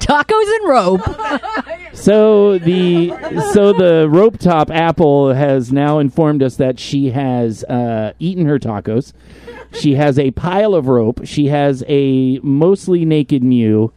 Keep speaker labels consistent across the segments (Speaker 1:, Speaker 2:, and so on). Speaker 1: Tacos and rope.
Speaker 2: So the so the rope top apple has now informed us that she has uh, eaten her tacos. She has a pile of rope. She has a mostly naked Mew,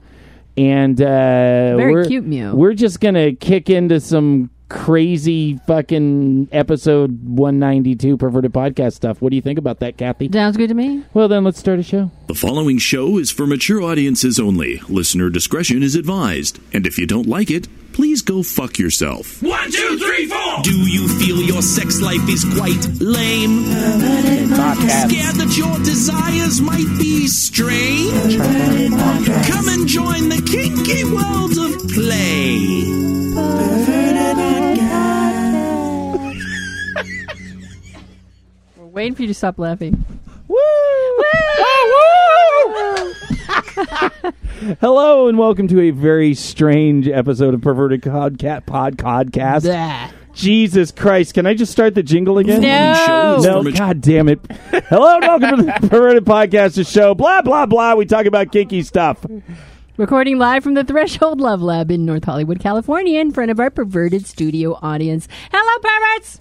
Speaker 2: and uh,
Speaker 1: Very
Speaker 2: we're,
Speaker 1: cute Mew.
Speaker 2: We're just gonna kick into some crazy fucking episode one ninety two perverted podcast stuff. What do you think about that, Kathy?
Speaker 1: Sounds good to me.
Speaker 2: Well, then let's start a show.
Speaker 3: The following show is for mature audiences only. Listener discretion is advised. And if you don't like it, please go fuck yourself.
Speaker 4: One, two, three, four.
Speaker 5: Do you feel your sex life is quite lame? Scared that your desires might be strange? Come and join the kinky world of play.
Speaker 1: We're waiting for you to stop laughing.
Speaker 2: Hello and welcome to a very strange episode of Perverted Codcat Pod Podcast.
Speaker 1: Blah.
Speaker 2: Jesus Christ! Can I just start the jingle again?
Speaker 1: No.
Speaker 2: No, God damn it! Hello and welcome to the Perverted Podcast Show. Blah blah blah. We talk about kinky stuff.
Speaker 1: Recording live from the Threshold Love Lab in North Hollywood, California, in front of our perverted studio audience. Hello, perverts!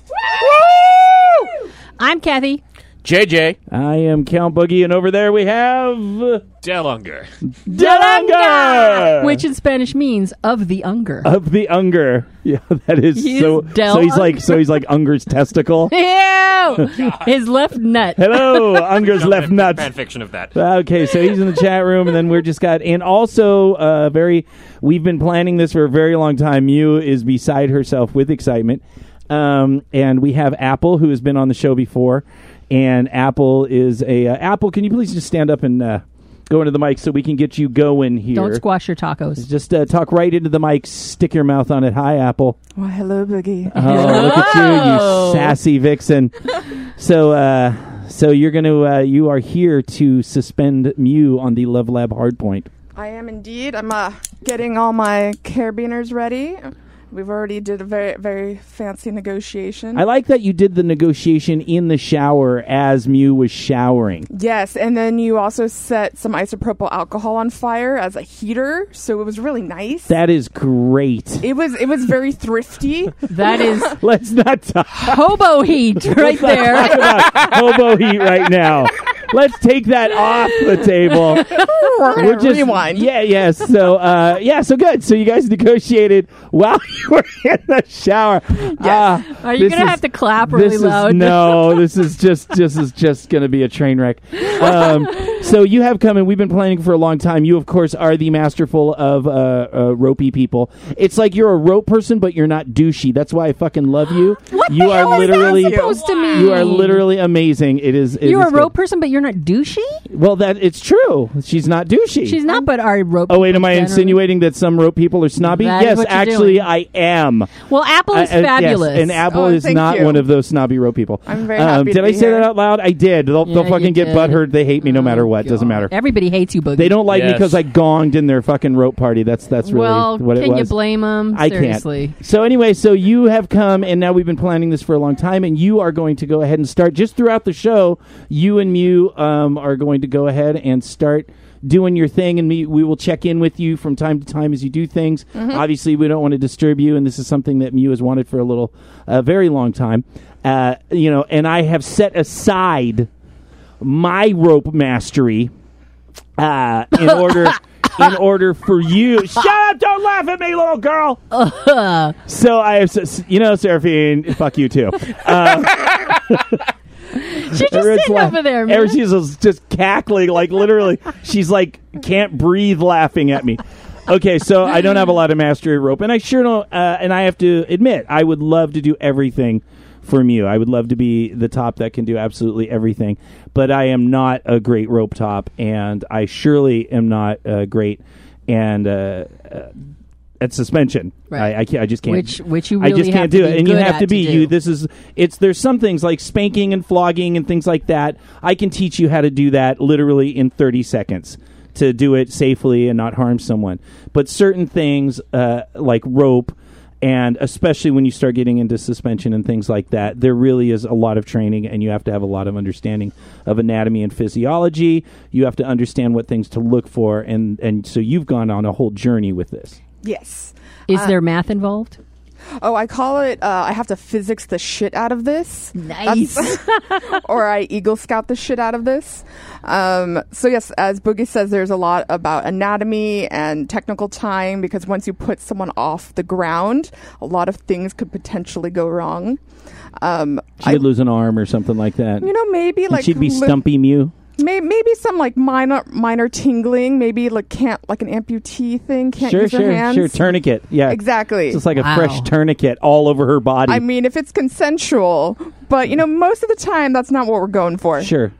Speaker 1: Woo! I'm Kathy.
Speaker 6: JJ
Speaker 2: I am Count Boogie, and over there we have
Speaker 6: Dellunger.
Speaker 2: Delanga,
Speaker 1: Which in Spanish means of the Unger.
Speaker 2: of the Unger. Yeah, that is
Speaker 1: He's
Speaker 2: so.
Speaker 1: Del
Speaker 2: so he's
Speaker 1: Unger.
Speaker 2: like so he's like Unger's testicle.
Speaker 1: Ew! His left nut.
Speaker 2: Hello, Unger's left nut.
Speaker 6: Fan fiction of that.
Speaker 2: Okay, so he's in the chat room, and then we're just got, and also, uh, very, we've been planning this for a very long time. Mew is beside herself with excitement, um, and we have Apple, who has been on the show before, and Apple is a uh, Apple. Can you please just stand up and uh, go into the mic so we can get you going here?
Speaker 1: Don't squash your tacos.
Speaker 2: Just uh, talk right into the mic. Stick your mouth on it. Hi, Apple.
Speaker 7: Well, hello, Boogie.
Speaker 2: Oh, look at you,
Speaker 1: Oh.
Speaker 2: you sassy vixen. so, uh, so you're going to, uh, you are here to suspend Mew on the Love Lab Hardpoint.
Speaker 7: I am indeed. I'm uh, getting all my carabiners ready. We've already did a very, very fancy negotiation.
Speaker 2: I like that you did the negotiation in the shower as Mew was showering.
Speaker 7: yes, and then you also set some isopropyl alcohol on fire as a heater, so it was really nice.
Speaker 2: That is great.
Speaker 7: it was it was very thrifty.
Speaker 1: That is
Speaker 2: Let's not talk
Speaker 1: hobo heat right there.
Speaker 2: about hobo heat right now. Let's take that off the table.
Speaker 7: We're gonna
Speaker 2: We're just-
Speaker 7: rewind.
Speaker 2: Yeah, yeah. So, uh, yeah, so good. So you guys negotiated while you were in the shower. Ah,
Speaker 1: Are you
Speaker 2: this
Speaker 1: going to
Speaker 2: is-
Speaker 1: have to clap really
Speaker 2: this
Speaker 1: loud?
Speaker 2: Is, no, this is just this is just going to be a train wreck. Um, so you have come and we've been planning for a long time. You of course are the masterful of uh, uh, ropey people. It's like you're a rope person, but you're not douchey. That's why I fucking love you.
Speaker 1: What
Speaker 2: you
Speaker 1: the
Speaker 2: are
Speaker 1: hell is that
Speaker 2: literally
Speaker 1: supposed to mean?
Speaker 2: you are literally amazing. It is. it
Speaker 1: You're
Speaker 2: is
Speaker 1: a
Speaker 2: good.
Speaker 1: rope person, but you're not douchey?
Speaker 2: Well, that it's true. She's not douchey.
Speaker 1: She's not, but are rope
Speaker 2: Oh wait, am I
Speaker 1: people generally-
Speaker 2: insinuating that some rope people are snobby?
Speaker 1: That is
Speaker 2: yes,
Speaker 1: what you're
Speaker 2: actually,
Speaker 1: doing.
Speaker 2: I am.
Speaker 1: Well, Apple is
Speaker 2: Uh, uh, yes,
Speaker 1: fabulous.
Speaker 2: and Apple
Speaker 7: Oh,
Speaker 2: is
Speaker 7: thank
Speaker 2: not
Speaker 7: you.
Speaker 2: one of those snobby row people. Um,
Speaker 7: I'm very happy to
Speaker 2: did I
Speaker 7: be
Speaker 2: say that
Speaker 7: here.
Speaker 2: out loud? I did. They'll,
Speaker 1: Yeah,
Speaker 2: they'll
Speaker 1: you
Speaker 2: fucking get
Speaker 1: did.
Speaker 2: butthurt. They hate me no
Speaker 1: Oh,
Speaker 2: matter what. Doesn't
Speaker 1: God.
Speaker 2: matter.
Speaker 1: Everybody hates you, Boogie.
Speaker 2: They don't like me
Speaker 6: Yes.
Speaker 2: because I gonged in their fucking rope party. That's that's really
Speaker 1: well,
Speaker 2: what it
Speaker 1: can
Speaker 2: was.
Speaker 1: you blame them?
Speaker 2: I
Speaker 1: Um, Seriously.
Speaker 2: can't. So anyway, so you have come, and now we've been planning this for a long time, and you are going to go ahead and start just throughout the show. You and Mew um, are going to go ahead and start doing your thing, and me, we will check in with you from time to time as you do things. Obviously, we don't want to disturb you, and this is something that Mew has wanted for a little, a very long time. Uh, you know, and I have set aside my rope mastery uh, in order in order for you. Shut up! Don't laugh at me, little girl. so I have, s- you know, Seraphine. Fuck you too.
Speaker 1: She's just
Speaker 2: Everyone's
Speaker 1: sitting
Speaker 2: laugh-
Speaker 1: over there, man.
Speaker 2: Everyone- She's just- just cackling, like literally. She's like can't breathe, laughing at me. Okay, so I don't have a lot of mastery of rope, and I sure don't. Uh, and I have to admit, I would love to do everything from you. I would love to be the top that can do absolutely everything, but I am not a great rope top, and I surely am not uh, great and uh, uh, at suspension.
Speaker 1: Right.
Speaker 2: I, I, can't, I just can't.
Speaker 1: Which- which you
Speaker 2: I just
Speaker 1: really
Speaker 2: can't
Speaker 1: have to
Speaker 2: do
Speaker 1: be
Speaker 2: it, and you
Speaker 1: good
Speaker 2: have
Speaker 1: at to
Speaker 2: to be
Speaker 1: do.
Speaker 2: you. This this is it's there's some things like spanking and flogging and things like that i can teach you how to do that literally in 30 seconds to do it safely and not harm someone but certain things uh, like rope And especially when you start getting into suspension and things like that, there really is a lot of training, and you have to have a lot of understanding of anatomy and physiology. You have to understand what things to look for, and and so you've gone on a whole journey with this.
Speaker 7: Yes.
Speaker 1: Is there math involved?
Speaker 7: Oh, I call it. Uh, I have to physics the shit out of this.
Speaker 1: Nice.
Speaker 7: That's- or I Eagle Scout the shit out of this. Um, so yes, as Boogie says, there's a lot about anatomy and technical time because once you put someone off the ground, a lot of things could potentially go wrong. Um,
Speaker 2: She would lose an arm or something like that.
Speaker 7: you know, maybe
Speaker 2: and
Speaker 7: like
Speaker 2: she'd be
Speaker 7: li-
Speaker 2: stumpy mew.
Speaker 7: May- maybe some like minor minor tingling, maybe like can't like an amputee thing, can't
Speaker 2: Sure,
Speaker 7: use your
Speaker 2: sure,
Speaker 7: hands.
Speaker 2: sure. Tourniquet. Yeah,
Speaker 7: Exactly.
Speaker 2: It's just like a
Speaker 1: Wow.
Speaker 2: fresh tourniquet all over her body.
Speaker 7: I mean, if it's consensual, but you know, most of the time that's not what we're going for.
Speaker 2: sure.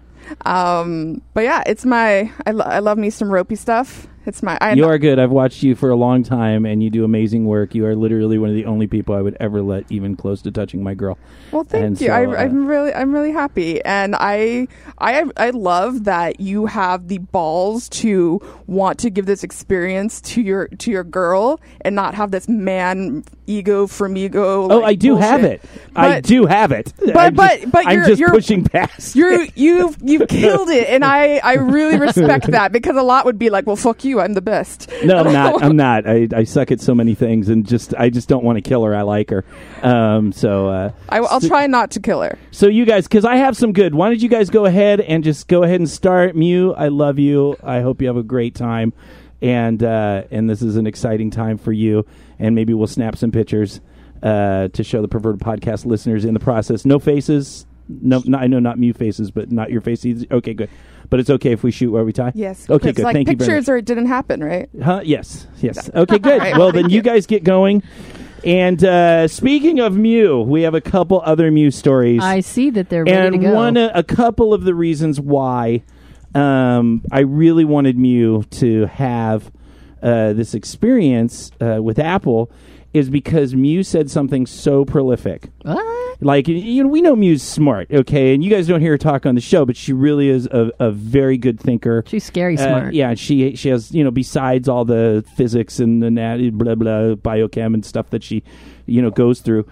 Speaker 7: Um, but yeah, it's my I, lo- I love me some ropey stuff. It's my I,
Speaker 2: You are good. I've watched you for a long time, and you do amazing work. You are literally one of the only people I would ever let even close to touching my girl.
Speaker 7: Well, thank
Speaker 2: And
Speaker 7: you.
Speaker 2: so,
Speaker 7: I,
Speaker 2: uh,
Speaker 7: I'm really, I'm really happy, and I, I, I love that you have the balls to want to give this experience to your to your girl, and not have this man ego from ego.
Speaker 2: oh, I do have it. I
Speaker 7: But-
Speaker 2: do have it. I'm
Speaker 7: but-
Speaker 2: just,
Speaker 7: but
Speaker 2: I'm
Speaker 7: you're-
Speaker 2: just
Speaker 7: you're-
Speaker 2: pushing past.
Speaker 7: You you've you've killed it, and I I really respect that because a lot would be like, well, fuck you, I'm the best.
Speaker 2: no, I'm not. I'm not. I, I suck at so many things, and just I just don't want to kill her. I like her. Um, so uh,
Speaker 7: I, I'll try not to kill her.
Speaker 2: So you guys, because I have some good. Why don't you guys go ahead and just go ahead and start? Mew, I love you. I hope you have a great time, and uh, and this is an exciting time for you. And maybe we'll snap some pictures uh, to show the perverted podcast listeners in the process. No faces. No, no, I know not Mew faces, but not your faces. Okay, good. But it's okay if we shoot where we tie.
Speaker 7: Yes.
Speaker 2: Okay,
Speaker 7: It's
Speaker 2: good.
Speaker 7: Like
Speaker 2: Thank you very much.
Speaker 7: pictures, or it didn't happen, right?
Speaker 2: Huh? Yes. Yes. Okay. Good.
Speaker 7: right,
Speaker 2: well,
Speaker 7: thank
Speaker 2: then you
Speaker 7: you.
Speaker 2: guys get going. And uh, speaking of Mew, we have a couple other Mew stories
Speaker 1: I see that they're ready
Speaker 2: and
Speaker 1: to go.
Speaker 2: one uh, a, a couple of the reasons why um, I really wanted Mew to have uh, this experience uh, with Apple is because Mew said something so prolific.
Speaker 1: What?
Speaker 2: Like y- you know, we know Mew's smart, okay, and you guys don't hear her talk on the show, but she really is a, a very good thinker.
Speaker 1: She's scary
Speaker 2: Uh,
Speaker 1: smart.
Speaker 2: yeah, she she has you know besides all the physics and anatomy, blah blah biochem and stuff that she you know goes through.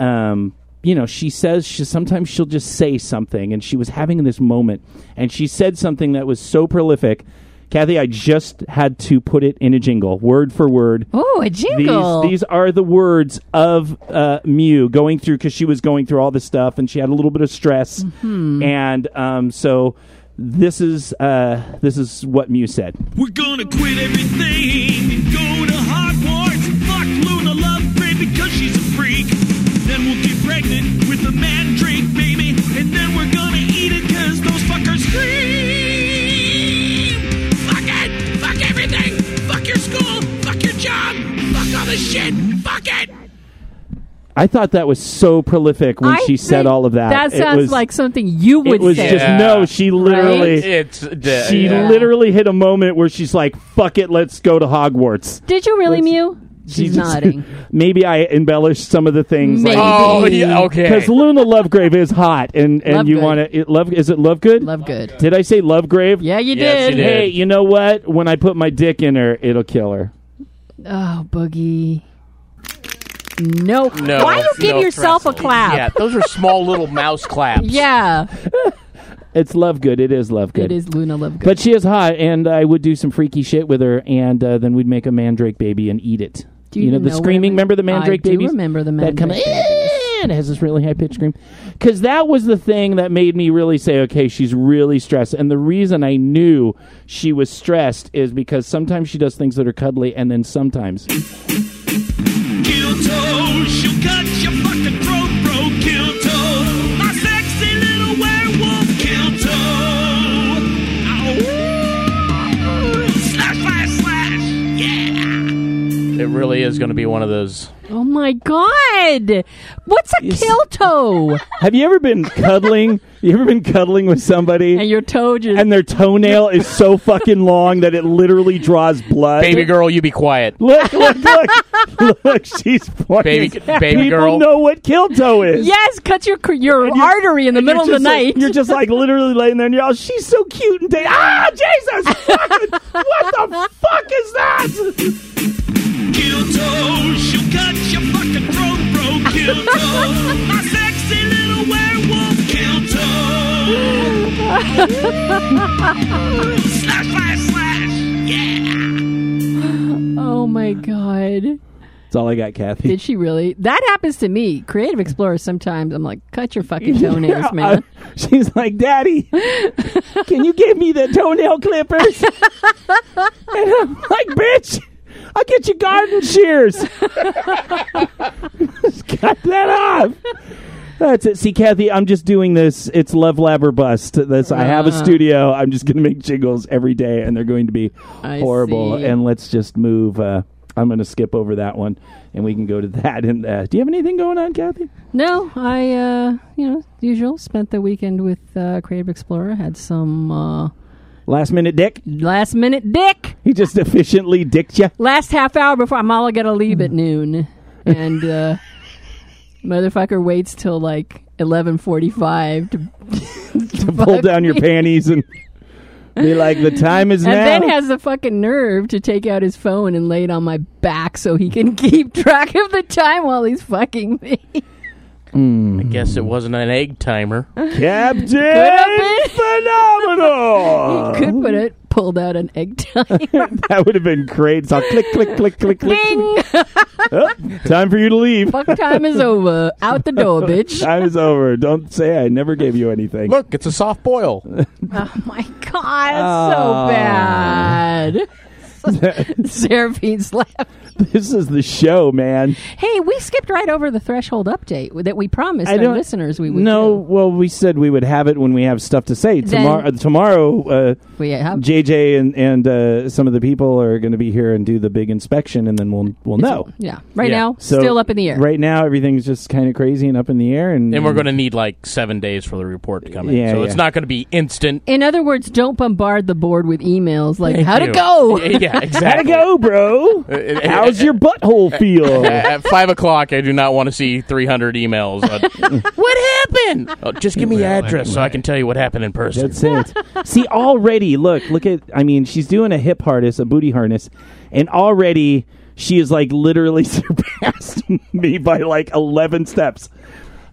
Speaker 2: Um, you know, she says she sometimes she'll just say something, and she was having this moment, and she said something that was so prolific. Kathy, I just had to put it in a jingle, word for word.
Speaker 1: Oh, a jingle.
Speaker 2: These, these are the words of uh, Mew going through because she was going through all this stuff and she had a little bit of stress, and um, so this is uh, this is what Mew said.
Speaker 5: We're gonna quit everything and go to Hogwarts. Fuck Luna Lovegrade because she's a freak. Then we'll get pregnant with a mandrake baby, and then we're gonna eat it because those fuckers scream. Fuck it! Fuck everything! Fuck your school! Fuck your job! Fuck all the shit! Fuck it!
Speaker 2: I thought that was so prolific when
Speaker 1: I
Speaker 2: she said
Speaker 1: think
Speaker 2: all of that.
Speaker 1: That
Speaker 2: It
Speaker 1: sounds
Speaker 2: was-
Speaker 1: like something you
Speaker 2: it
Speaker 1: would
Speaker 2: was
Speaker 1: say.
Speaker 2: just no. She literally.
Speaker 6: It's uh,
Speaker 2: she
Speaker 6: yeah.
Speaker 2: literally hit a moment where she's like, "Fuck it, let's go to Hogwarts."
Speaker 1: Did you really mew?
Speaker 2: She
Speaker 1: She's
Speaker 2: just-
Speaker 1: nodding.
Speaker 2: Maybe I embellished some of the things.
Speaker 1: Maybe.
Speaker 2: Like,
Speaker 6: Oh, yeah, okay.
Speaker 2: because Luna Lovegrave is hot, and and you
Speaker 1: Lovegood.
Speaker 2: want to love? Is it Lovegood?
Speaker 1: Love good.
Speaker 2: Did I say Lovegrave?
Speaker 1: Yeah, you
Speaker 6: Yes,
Speaker 1: did.
Speaker 6: you did.
Speaker 2: Hey, you know what? When I put my dick in her, it'll kill her.
Speaker 1: Oh, boogie. No.
Speaker 6: No,
Speaker 1: Why you give
Speaker 6: no
Speaker 1: yourself a
Speaker 6: pretzel.
Speaker 1: clap?
Speaker 4: Yeah, those are small little mouse claps.
Speaker 1: Yeah.
Speaker 2: It's Lovegood. It is Lovegood.
Speaker 1: It is Luna Lovegood.
Speaker 2: But she is hot, and I would do some freaky shit with her, and uh, then we'd make a mandrake baby and eat it.
Speaker 1: Do you
Speaker 2: know
Speaker 1: know
Speaker 2: the
Speaker 1: what
Speaker 2: screaming?
Speaker 1: I-
Speaker 2: Remember the mandrake
Speaker 1: I do
Speaker 2: babies?
Speaker 1: remember the
Speaker 2: that come
Speaker 1: mandrake babies.
Speaker 2: and it has this really high pitched scream. Because that was the thing that made me really say, okay, she's really stressed. And the reason I knew she was stressed is because sometimes she does things that are cuddly, and then sometimes
Speaker 5: Kill toe, she'll cut your fucking throat, bro. Kill toe, my sexy little werewolf. Kill toe. Ow. Slash by slash. Yeah.
Speaker 4: It really is going to be one of those.
Speaker 1: oh my god! What's a kill toe?
Speaker 2: Have you ever been cuddling? you ever been cuddling with somebody
Speaker 1: and
Speaker 2: and,
Speaker 1: your toe just
Speaker 2: their toenail is so fucking long that it literally draws blood?
Speaker 4: Baby girl, you be quiet.
Speaker 2: Look, look, look. look, she's pointing.
Speaker 4: Baby- baby
Speaker 2: People
Speaker 4: girl.
Speaker 2: know what kill toe is.
Speaker 1: yes, cut your your
Speaker 2: you're-
Speaker 1: artery in the
Speaker 2: And you're
Speaker 1: middle of the
Speaker 2: just
Speaker 1: night.
Speaker 2: like- You're just like literally laying there and you're all, she's so cute and dainty. Ah, Jesus! Fucking, what the fuck is that?
Speaker 5: Kill toe, she'll cut your fucking Toad, my sexy little werewolf Kill Toad. slash, slash, slash. Yeah.
Speaker 1: Oh my god.
Speaker 2: That's all I got, Kathy.
Speaker 1: Did she really? That happens to me. Creative Explorer sometimes I'm like, cut your fucking toenails,
Speaker 2: Yeah,
Speaker 1: man.
Speaker 2: uh, she's like, Daddy, can you give me the toenail clippers? and I'm like, Bitch, I'll get you garden shears. Just cut that off. That's it. See, Kathy, I'm just doing this. It's Love Lab or Bust. This I
Speaker 1: Ah.
Speaker 2: have a studio. I'm just going to make jingles every day, and they're going to be
Speaker 1: I
Speaker 2: horrible.
Speaker 1: see.
Speaker 2: And let's just move. Uh, I'm going to skip over that one, and we can go to that. And uh, do you have anything going on, Kathy?
Speaker 1: No, I, uh, you know, as usual, spent the weekend with uh, Creative Explorer. Had some uh,
Speaker 2: Last minute, Dick.
Speaker 1: last minute dick.
Speaker 2: He just efficiently dicked you.
Speaker 1: Last half hour before I'm all got to leave at noon, and uh, motherfucker waits till like 11:45 to, to
Speaker 2: Pull
Speaker 1: fuck
Speaker 2: down your
Speaker 1: me.
Speaker 2: panties and be like, the time is
Speaker 1: And
Speaker 2: now.
Speaker 1: then has the fucking nerve to take out his phone and lay it on my back so he can keep track of the time while he's fucking me.
Speaker 4: I guess it wasn't an egg timer.
Speaker 2: Captain
Speaker 1: been.
Speaker 2: Phenomenal!
Speaker 1: Could put it pulled out an egg timer.
Speaker 2: that would have been great. So click, click, click, click, click.
Speaker 1: Ding!
Speaker 2: Time for you to leave.
Speaker 1: Fuck time is over. Out the door, bitch.
Speaker 2: Time is over. Don't say I never gave you anything.
Speaker 4: Look, it's a soft boil.
Speaker 1: Oh my Ah. god, it's so bad. Seraphine's laugh.
Speaker 2: This is the show, man.
Speaker 1: Hey, we skipped right over the threshold update that we promised
Speaker 2: I
Speaker 1: our
Speaker 2: don't-
Speaker 1: listeners we would.
Speaker 2: No, well, we said we would have it when we have stuff to say. Tomorrow, tomorrow uh,
Speaker 1: do. we have.
Speaker 2: JJ and, and uh, some of the people are going to be here and do the big inspection, and then we'll, we'll know.
Speaker 1: Yeah, right
Speaker 4: Yeah.
Speaker 1: now,
Speaker 2: So,
Speaker 1: still up in the air.
Speaker 2: Right now, everything's just kind of crazy and up in the air, and
Speaker 4: And we're going to need like seven days for the report to come in.
Speaker 2: Yeah,
Speaker 4: so
Speaker 2: yeah.
Speaker 4: it's not going to be instant.
Speaker 1: In other words, don't bombard the board with emails like how to
Speaker 4: You-
Speaker 1: go.
Speaker 4: Yeah,
Speaker 2: gotta
Speaker 4: exactly.
Speaker 2: go, bro.
Speaker 4: it-
Speaker 2: How's your butthole feel?
Speaker 4: At five o'clock, I do not want to see 300 emails. on- what happened? Oh, just give me your address so I can tell you what happened in person.
Speaker 2: That's it. See, already, look, look at. I mean, she's doing a hip harness, a booty harness, and already she is like literally surpassed me by like eleven steps.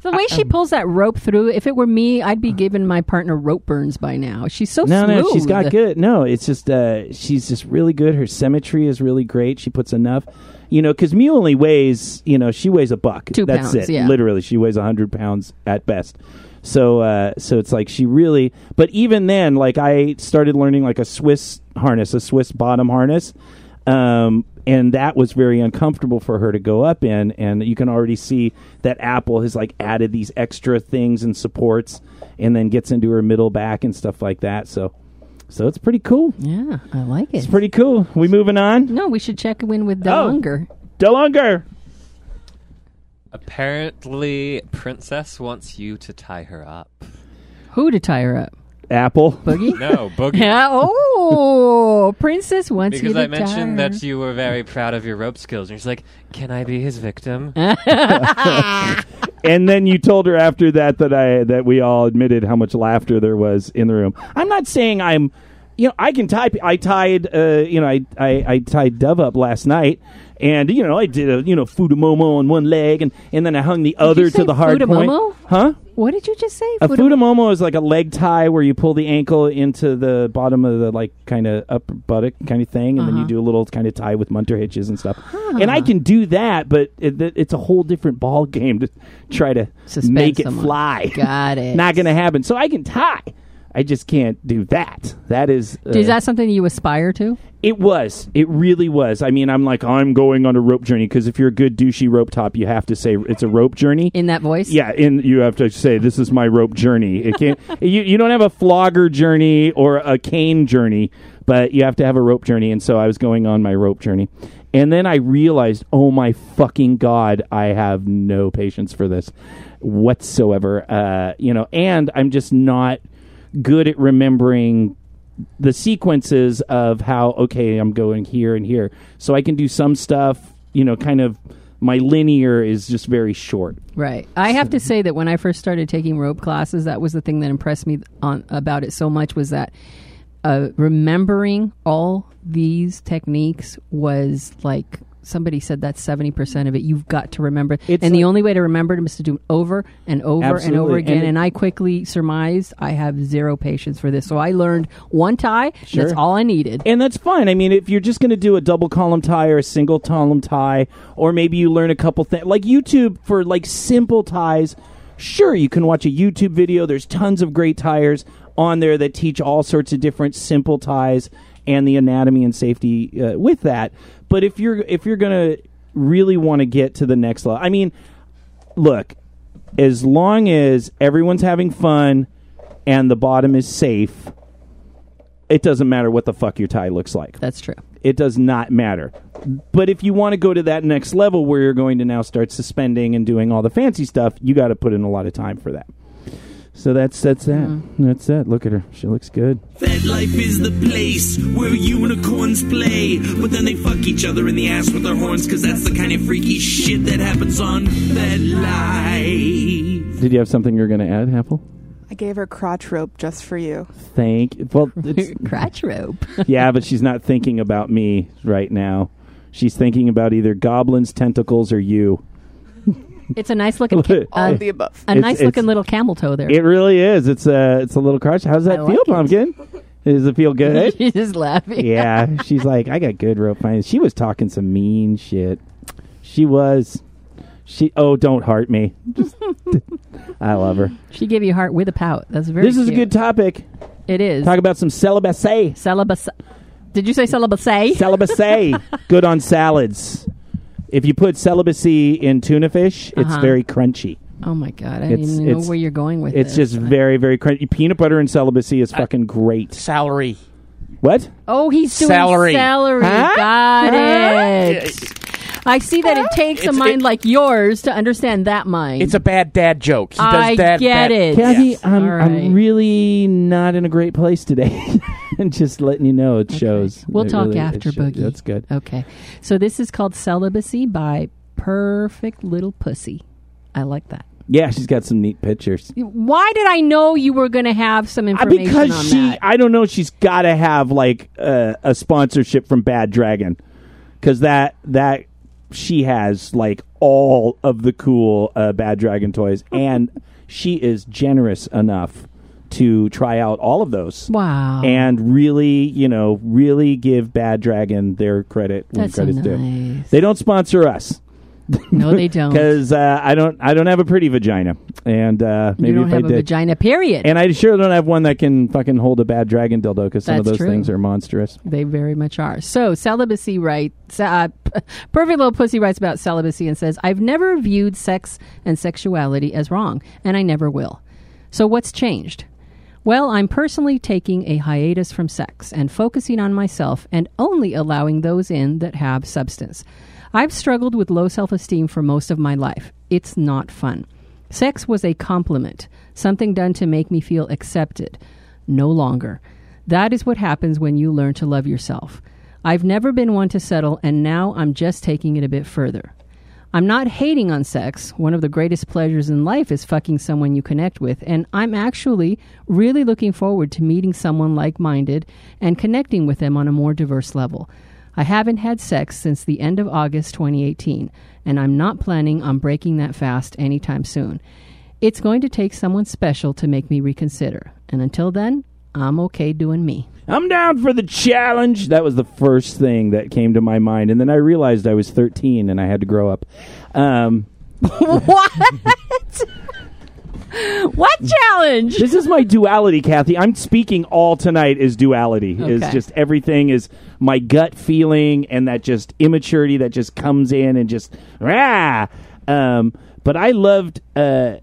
Speaker 1: The way she pulls that rope through, if it were me, I'd be giving my partner rope burns by now. She's so
Speaker 2: No,
Speaker 1: smooth.
Speaker 2: no, she's got good. No, it's just uh, she's just really good. Her symmetry is really great. She puts enough, you know, because Mew only weighs, you know, she weighs a buck.
Speaker 1: Two
Speaker 2: That's
Speaker 1: pounds,
Speaker 2: it.
Speaker 1: yeah.
Speaker 2: Literally, she weighs a hundred pounds at best. So, uh, so it's like she really. But even then, like I started learning like a Swiss harness, a Swiss bottom harness. Um, and that was very uncomfortable for her to go up in, and you can already see that Apple has like added these extra things and supports, and then gets into her middle back and stuff like that. So, so it's pretty cool.
Speaker 1: Yeah, I like it.
Speaker 2: It's pretty cool. We moving on.
Speaker 1: no, we should check in with
Speaker 2: Oh.
Speaker 1: Delonger.
Speaker 2: Delonger.
Speaker 8: Apparently, Princess wants you to tie her up.
Speaker 1: Who to tie her up?
Speaker 2: Apple.
Speaker 1: Boogie?
Speaker 8: No, Boogie.
Speaker 1: yeah. Oh, Princess wants you
Speaker 8: Because
Speaker 1: to
Speaker 8: I
Speaker 1: tie her.
Speaker 8: mentioned that you were very proud of your rope skills. And she's like, Can I be his victim?
Speaker 2: And then you told her after that that I that we all admitted how much laughter there was in the room. I'm not saying I'm, you know, I can tie. I tied, uh, you know, I, I I tied Dove up last night, and you know, I did a you know fudamomo on one leg, and and then I hung the other
Speaker 1: you say
Speaker 2: to the hard
Speaker 1: Fudamomo?
Speaker 2: point. Huh?
Speaker 1: What did you just say?
Speaker 2: A
Speaker 1: Fuda-
Speaker 2: fudamomo is like a leg tie where you pull the ankle into the bottom of the like kind of upper buttock kind of thing, and then you
Speaker 1: Uh-huh.
Speaker 2: do a little kind of tie with munter hitches and stuff. And I can do that, but it, it- it's a whole different ball game to try to
Speaker 1: Suspend
Speaker 2: make it
Speaker 1: someone.
Speaker 2: fly.
Speaker 1: Got it.
Speaker 2: Not going to happen. So I can tie. I just can't do that. That is. Uh,
Speaker 1: Is that something you aspire to?
Speaker 2: it was. It really was. I mean, I'm like, I'm going on a rope journey because if you're a good douchey rope top, you have to say it's a rope journey.
Speaker 1: In that voice?
Speaker 2: Yeah, and you have to say this is my rope journey. It can't. you you don't have a flogger journey or a cane journey, but you have to have a rope journey. And so I was going on my rope journey, and then I realized, oh my fucking god, I have no patience for this whatsoever. Uh, you know, and I'm just not good at remembering the sequences of how okay I'm going here and here, so I can do some stuff. You know, kind of my linear is just very short.
Speaker 1: Right. I have to say that when I first started taking rope classes, that was the thing that impressed me on about it so much was that uh, remembering all these techniques was like somebody said that's seventy percent of it. You've got to remember,
Speaker 2: It's
Speaker 1: and
Speaker 2: like-
Speaker 1: the only way to remember it is to do it over and over and over
Speaker 2: Absolutely.
Speaker 1: again.
Speaker 2: And
Speaker 1: And,
Speaker 2: it-
Speaker 1: I quickly surmised I have zero patience for this, so I learned one tie.
Speaker 2: Sure.
Speaker 1: That's all I needed.
Speaker 2: And that's fine. I mean, if you're just going to do a double column tie or a single column tie, or maybe you learn a couple things, like YouTube for like simple ties, sure, you can watch a YouTube video. There's tons of great tires on there that teach all sorts of different simple ties and the anatomy and safety uh, with that. But if you're if you're going to really want to get to the next level, I mean, look, as long as everyone's having fun and the bottom is safe, it doesn't matter what the fuck your tie looks like.
Speaker 1: That's true.
Speaker 2: It does not matter. But if you want to go to that next level where you're going to now start suspending and doing all the fancy stuff, you got to put in a lot of time for that. So that's that's that. That's that. Look at her. She looks good.
Speaker 5: Fed life is the place where unicorns play, but then they fuck each other in the ass with their horns, cause that's the kind of freaky shit that happens on Fed Life.
Speaker 2: Did you have something you're going to add, Apple?
Speaker 7: I gave her crotch rope just for you.
Speaker 2: Thank. Well, it's,
Speaker 1: Crotch rope.
Speaker 2: yeah, but she's not thinking about me right now. She's thinking about either goblins, tentacles, or you.
Speaker 1: It's a nice looking, ca-
Speaker 7: All
Speaker 1: uh,
Speaker 7: of the above.
Speaker 1: a
Speaker 2: It's-
Speaker 1: nice
Speaker 2: it's-
Speaker 1: looking little camel toe there.
Speaker 2: It really is. It's a it's a little crush. How's that
Speaker 1: I
Speaker 2: feel,
Speaker 1: like it.
Speaker 2: pumpkin? Does it feel good?
Speaker 1: She's just laughing.
Speaker 2: yeah, she's like, I got good rope finance. She was talking some mean shit. She was. She. Oh, don't heart me. Just, I love her.
Speaker 1: She gave you heart with a pout. That's very.
Speaker 2: This is a good topic.
Speaker 1: time. it is.
Speaker 2: Talk about some celibacy.
Speaker 1: Celibus- Did you say celibacy?
Speaker 2: Celibacy. good on salads. If you put celibacy in tuna fish, it's
Speaker 1: Uh-huh.
Speaker 2: very crunchy.
Speaker 1: oh my god! I
Speaker 2: It's-
Speaker 1: didn't even know
Speaker 2: it's-
Speaker 1: where you're going with
Speaker 2: It's
Speaker 1: this.
Speaker 2: just very, very crunchy. Peanut butter and celibacy is fucking great.
Speaker 4: Salary.
Speaker 2: What?
Speaker 1: Oh, he's doing
Speaker 4: Celery.
Speaker 1: Celery.
Speaker 2: Huh?
Speaker 1: Got
Speaker 4: Yeah,
Speaker 1: it. I see that it takes a
Speaker 4: It's-
Speaker 1: mind
Speaker 4: it-
Speaker 1: like yours to understand that mind.
Speaker 4: It's a bad dad joke. He does
Speaker 1: I
Speaker 4: that,
Speaker 1: get
Speaker 4: bad-
Speaker 1: it.
Speaker 2: Kathy,
Speaker 4: Yes.
Speaker 2: I'm,
Speaker 1: All right.
Speaker 2: I'm really not in a great place today. And just letting you know, it shows.
Speaker 1: We'll
Speaker 2: It
Speaker 1: talk
Speaker 2: really- it
Speaker 1: after
Speaker 2: shows.
Speaker 1: Boogie. Oh.
Speaker 2: That's good.
Speaker 1: Okay. So this is called Celibacy by Perfect Little Pussy. I like that.
Speaker 2: Yeah, she's got some neat pictures.
Speaker 1: Why did I know you were going to have some
Speaker 2: Uh,
Speaker 1: information on
Speaker 2: Because she,
Speaker 1: that?
Speaker 2: I don't know, she's got to have like uh, a sponsorship from Bad Dragon, because that that she has like all of the cool uh, Bad Dragon toys, and she is generous enough to try out all of those.
Speaker 1: wow.
Speaker 2: and really, you know, really give Bad Dragon their credit when
Speaker 1: That's so
Speaker 2: credit's due.
Speaker 1: nice. Oh.
Speaker 2: They don't sponsor us
Speaker 1: no, they don't.
Speaker 2: because uh, I don't I don't have a pretty vagina, and uh, maybe
Speaker 1: you don't
Speaker 2: if
Speaker 1: have
Speaker 2: I
Speaker 1: a
Speaker 2: did.
Speaker 1: vagina, period.
Speaker 2: and I sure don't have one that can fucking hold a bad dragon dildo because some of
Speaker 1: That's
Speaker 2: those
Speaker 1: true.
Speaker 2: things are monstrous.
Speaker 1: They very much are. So, celibacy writes, uh, p- Perfect Little Pussy writes about celibacy and says, I've never viewed sex and sexuality as wrong, and I never will. So, what's changed? Well, I'm personally taking a hiatus from sex and focusing on myself and only allowing those in that have substance. I've struggled with low self esteem for most of my life. It's not fun. Sex was a compliment, something done to make me feel accepted. No longer. That is what happens when you learn to love yourself. I've never been one to settle, and now I'm just taking it a bit further. I'm not hating on sex. One of the greatest pleasures in life is fucking someone you connect with, and I'm actually really looking forward to meeting someone like minded and connecting with them on a more diverse level. I haven't had sex since the end of August 2018, and I'm not planning on breaking that fast anytime soon. It's going to take someone special to make me reconsider, and until then, I'm okay doing me.
Speaker 2: I'm down for the challenge. That was the first thing that came to my mind, and then I realized I was 13 and I had to grow up. Um,
Speaker 1: what? what challenge?
Speaker 2: this is my duality, Kathy. I'm speaking all tonight is duality. Is
Speaker 1: Okay.
Speaker 2: just everything is my gut feeling and that just immaturity that just comes in and just rah. Um, but I loved uh,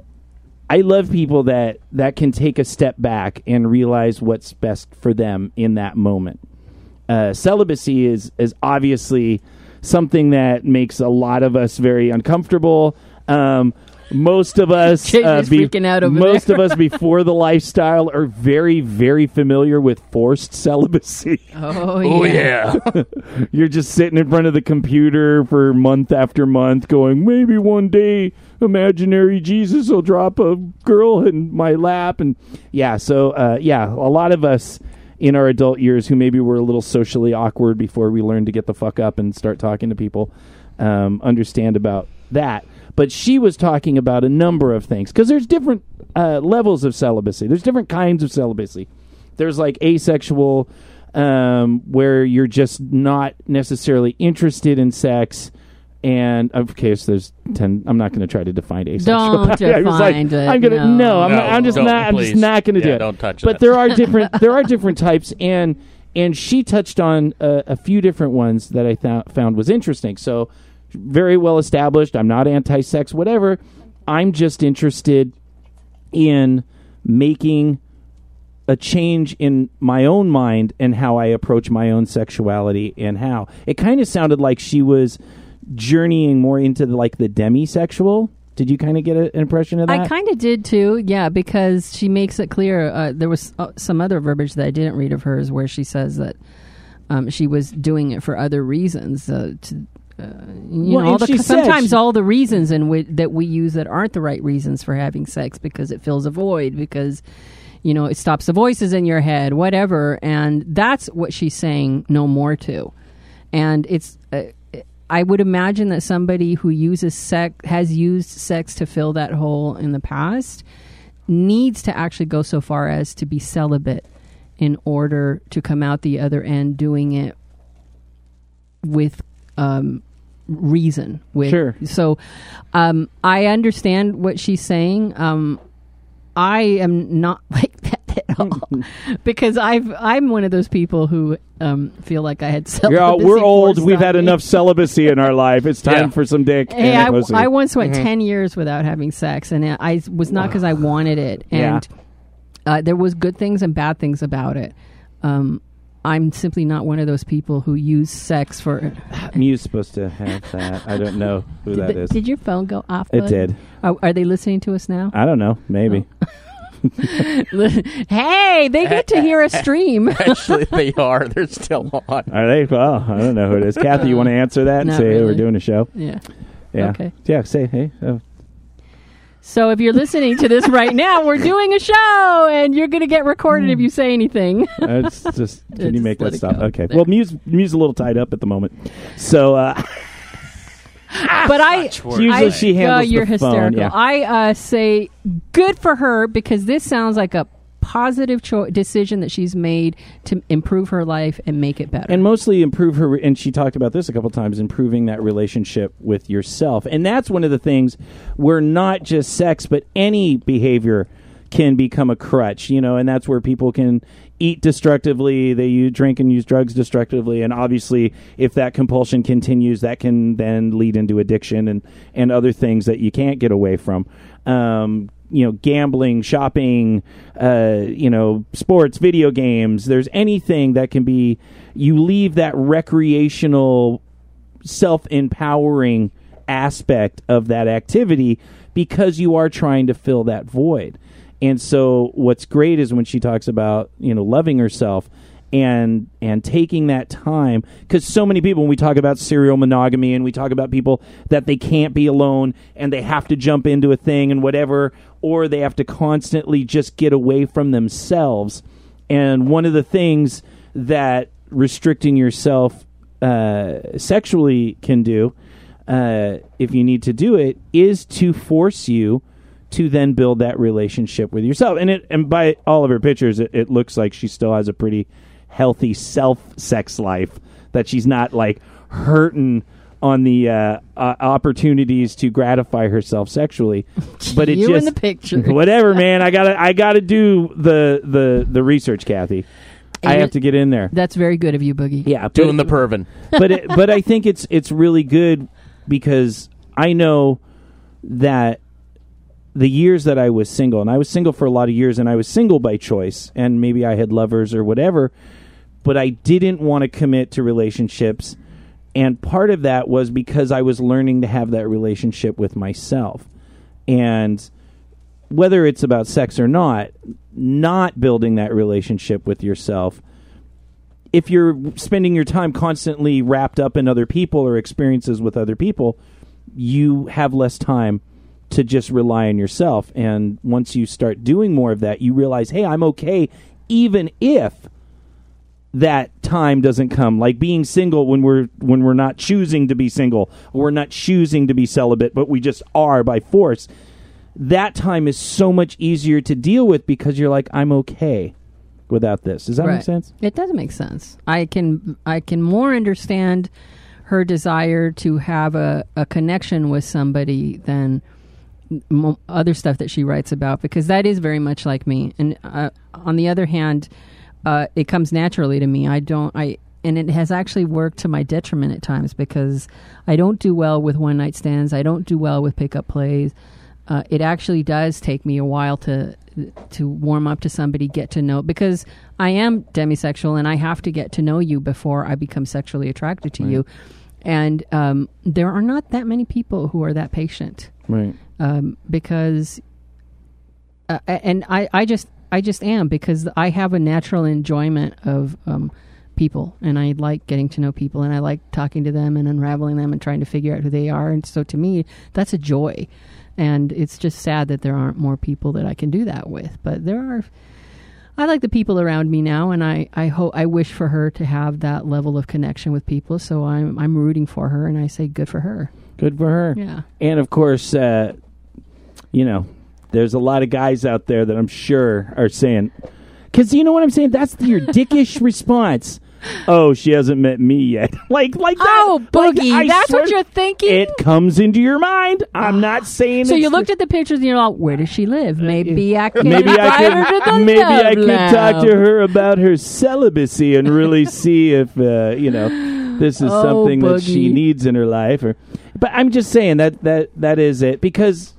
Speaker 2: I love people that that can take a step back and realize what's best for them in that moment. Uh, celibacy is is obviously something that makes a lot of us very uncomfortable. Um, most of us, uh,
Speaker 1: Jay's freaking out over
Speaker 2: most
Speaker 1: there.
Speaker 2: of us before the lifestyle are very, very familiar with forced celibacy.
Speaker 1: Oh,
Speaker 4: Oh yeah.
Speaker 2: You're just sitting in front of the computer for month after month, going, maybe one day imaginary Jesus will drop a girl in my lap, and yeah. So uh, yeah, a lot of us in our adult years who maybe were a little socially awkward before we learned to get the fuck up and start talking to people um, understand about that. But she was talking about a number of things because there's different uh, levels of celibacy. There's different kinds of celibacy. There's like asexual, um, where you're just not necessarily interested in sex. And of course, there's ten. I'm not going to try to define asexual.
Speaker 1: Don't
Speaker 2: I was like,
Speaker 1: define it,
Speaker 2: I'm gonna
Speaker 1: no.
Speaker 2: no. I'm,
Speaker 4: No,
Speaker 2: not, I'm just
Speaker 4: don't,
Speaker 2: not. I'm
Speaker 4: please.
Speaker 2: just not going to do
Speaker 4: Yeah,
Speaker 2: it.
Speaker 4: don't touch that.
Speaker 2: But there are different. there are different types, and and she touched on a, a few different ones that I thou- found was interesting. So very well established. I'm not anti-sex, whatever. I'm just interested in making a change in my own mind and how I approach my own sexuality and how it kind of sounded like she was journeying more into the, like the demisexual. Did you kind of get a, an impression of that?
Speaker 1: I kind of did too, yeah, because she makes it clear. Uh, there was uh, some other verbiage that I didn't read of hers where she says that um, she was doing it for other reasons. Uh, to, uh, you
Speaker 2: Well,
Speaker 1: know, all
Speaker 2: and
Speaker 1: the,
Speaker 2: she said
Speaker 1: sometimes
Speaker 2: she-
Speaker 1: all the reasons in which, that we use that aren't the right reasons for having sex because it fills a void because you know it stops the voices in your head, whatever, and that's what she's saying no more to, and it's. Uh, I would imagine that somebody who uses sex has used sex to fill that hole in the past needs to actually go so far as to be celibate in order to come out the other end doing it with um, reason. With
Speaker 2: Sure.
Speaker 1: so, um, I understand what she's saying. Um, I am not like that at all because I've I'm one of those people who um, feel like I had celibacy.
Speaker 2: Yeah, we're old.
Speaker 1: forced
Speaker 2: We've
Speaker 1: on
Speaker 2: had
Speaker 1: me.
Speaker 2: enough celibacy in our life. It's time
Speaker 4: Yeah.
Speaker 2: for some dick.
Speaker 1: Hey,
Speaker 2: and Mm-hmm.
Speaker 1: I,
Speaker 2: pussy.
Speaker 1: I once went ten years without having sex, and I- I was not because I wanted it,
Speaker 2: Yeah.
Speaker 1: and uh, there was good things and bad things about it. Um, I'm simply not one of those people who use sex for.
Speaker 2: Mew's supposed to have that. I don't know who that
Speaker 1: Did-
Speaker 2: is.
Speaker 1: Did your phone go off?
Speaker 2: It
Speaker 1: bud? Oh,
Speaker 2: did.
Speaker 1: Are, are they listening to us now?
Speaker 2: I don't know.
Speaker 1: Oh.
Speaker 2: Maybe.
Speaker 1: hey, they get to hear a stream.
Speaker 4: Actually, they are. They're still on.
Speaker 2: Are they? Well, I don't know who it is. Kathy, you want to answer that and
Speaker 1: Not
Speaker 2: say, hey, we're
Speaker 1: really.
Speaker 2: doing a show?
Speaker 1: yeah.
Speaker 2: Yeah.
Speaker 1: Okay.
Speaker 2: Yeah, say, hey. Oh.
Speaker 1: So if you're listening to this right now, we're doing a show, and you're going to get recorded
Speaker 2: Hmm.
Speaker 1: if you say anything.
Speaker 2: It's just, can you
Speaker 1: Just
Speaker 2: make
Speaker 1: let
Speaker 2: that
Speaker 1: it
Speaker 2: stop?
Speaker 1: go.
Speaker 2: Okay.
Speaker 1: There.
Speaker 2: Well, Mew's, Mew's a little tied up at the moment. So, uh,
Speaker 1: but I,
Speaker 8: Schwartz.
Speaker 2: usually
Speaker 1: I-
Speaker 2: she
Speaker 1: oh,
Speaker 2: handles
Speaker 1: you're
Speaker 2: the
Speaker 1: hysterical.
Speaker 2: phone. Yeah.
Speaker 1: I uh, say good for her because this sounds like a positive cho- decision that she's made to improve her life and make it better.
Speaker 2: and mostly improve her and she talked about this a couple times improving that relationship with yourself and that's one of the things where not just sex but any behavior can become a crutch you know and that's where people can eat destructively they use, drink and use drugs destructively and obviously if that compulsion continues that can then lead into addiction and and other things that you can't get away from um you know gambling shopping uh you know sports video games there's anything that can be you leave that recreational self-empowering aspect of that activity because you are trying to fill that void and so what's great is when she talks about you know loving herself and and taking that time because so many people when we talk about serial monogamy and we talk about people that they can't be alone and they have to jump into a thing and whatever or they have to constantly just get away from themselves and one of the things that restricting yourself uh, sexually can do, uh, if you need to do it, is to force you to then build that relationship with yourself. And it and by all of her pictures, it, it looks like she still has a pretty healthy self sex life. That she's not like hurting on the uh, uh, opportunities to gratify herself sexually. but it
Speaker 1: You in
Speaker 2: just
Speaker 1: the picture.
Speaker 2: whatever, man. I gotta I gotta do the the the research, Kathy. I
Speaker 1: And
Speaker 2: have
Speaker 1: it-
Speaker 2: to get in there.
Speaker 1: That's very good of you, Boogie.
Speaker 2: Yeah,
Speaker 4: Doing
Speaker 2: but-
Speaker 4: the pervin.
Speaker 2: but it, but I think it's it's really good because I know that the years that I was single, and I was single for a lot of years, and I was single by choice, and maybe I had lovers or whatever, but I didn't want to commit to relationships, and part of that was because I was learning to have that relationship with myself, and whether it's about sex or not, not building that relationship with yourself if you're spending your time constantly wrapped up in other people or experiences with other people, you have less time to just rely on yourself. And once you start doing more of that, you realize, hey, I'm okay, even if that time doesn't come. Like being single when we're when we're not choosing to be single, or we're not choosing to be celibate, but we just are by force. That time is so much easier to deal with because you're like, I'm okay without this. Does that
Speaker 1: right.
Speaker 2: make sense?
Speaker 1: It does make sense. I can I can more understand her desire to have a, a connection with somebody than m- other stuff that she writes about because that is very much like me. And uh, on the other hand, uh, it comes naturally to me. I don't I and it has actually worked to my detriment at times because I don't do well with one night stands. I don't do well with pickup plays. Uh, it actually does take me a while to to warm up to somebody, get to know because I am demisexual and I have to get to know you before I become sexually attracted to you. And um, there are not that many people who are that patient
Speaker 2: Right.
Speaker 1: um, because uh, and I, I just I just am because I have a natural enjoyment of um, people and I like getting to know people and I like talking to them and unraveling them and trying to figure out who they are and so to me that's a joy and it's just sad that there aren't more people that I can do that with but there are I like the people around me now and I I hope I wish for her to have that level of connection with people so I'm I'm rooting for her and I say good for her
Speaker 2: Good for her.
Speaker 1: yeah
Speaker 2: And of course, uh, you know, there's a lot of guys out there that I'm sure are saying, because you know what I'm saying? That's your dickish response. Oh, she hasn't met me yet. like, like that.
Speaker 1: Oh,
Speaker 2: like,
Speaker 1: Boogie,
Speaker 2: I
Speaker 1: that's
Speaker 2: swear-
Speaker 1: what you're thinking?
Speaker 2: It comes into your mind. I'm not saying.
Speaker 1: So
Speaker 2: it's
Speaker 1: you looked at the pictures and you're like, where does she live? Maybe I can
Speaker 2: Uh, Maybe I
Speaker 1: invite her to the
Speaker 2: could. Maybe I could
Speaker 1: love
Speaker 2: talk to
Speaker 1: lounge.
Speaker 2: her about her celibacy and really see if uh, you know this is
Speaker 1: Oh,
Speaker 2: something that she
Speaker 1: Boogie.
Speaker 2: needs in her life. Or, but I'm just saying that that that is it because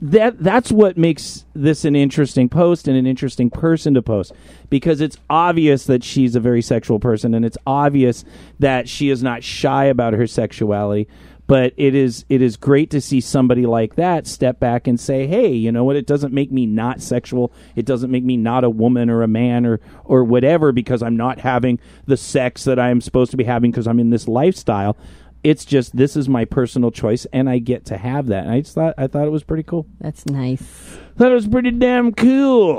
Speaker 2: that that's what makes this an interesting post and an interesting person to post because it's obvious that she's a very sexual person and it's obvious that she is not shy about her sexuality but it is it is great to see somebody like that step back and say hey you know what it doesn't make me not sexual it doesn't make me not a woman or a man or or whatever because i'm not having the sex that i am supposed to be having because i'm in this lifestyle it's just this is my personal choice and I get to have that. And I just thought I thought it was pretty cool.
Speaker 1: That's nice.
Speaker 2: Thought it was pretty damn cool.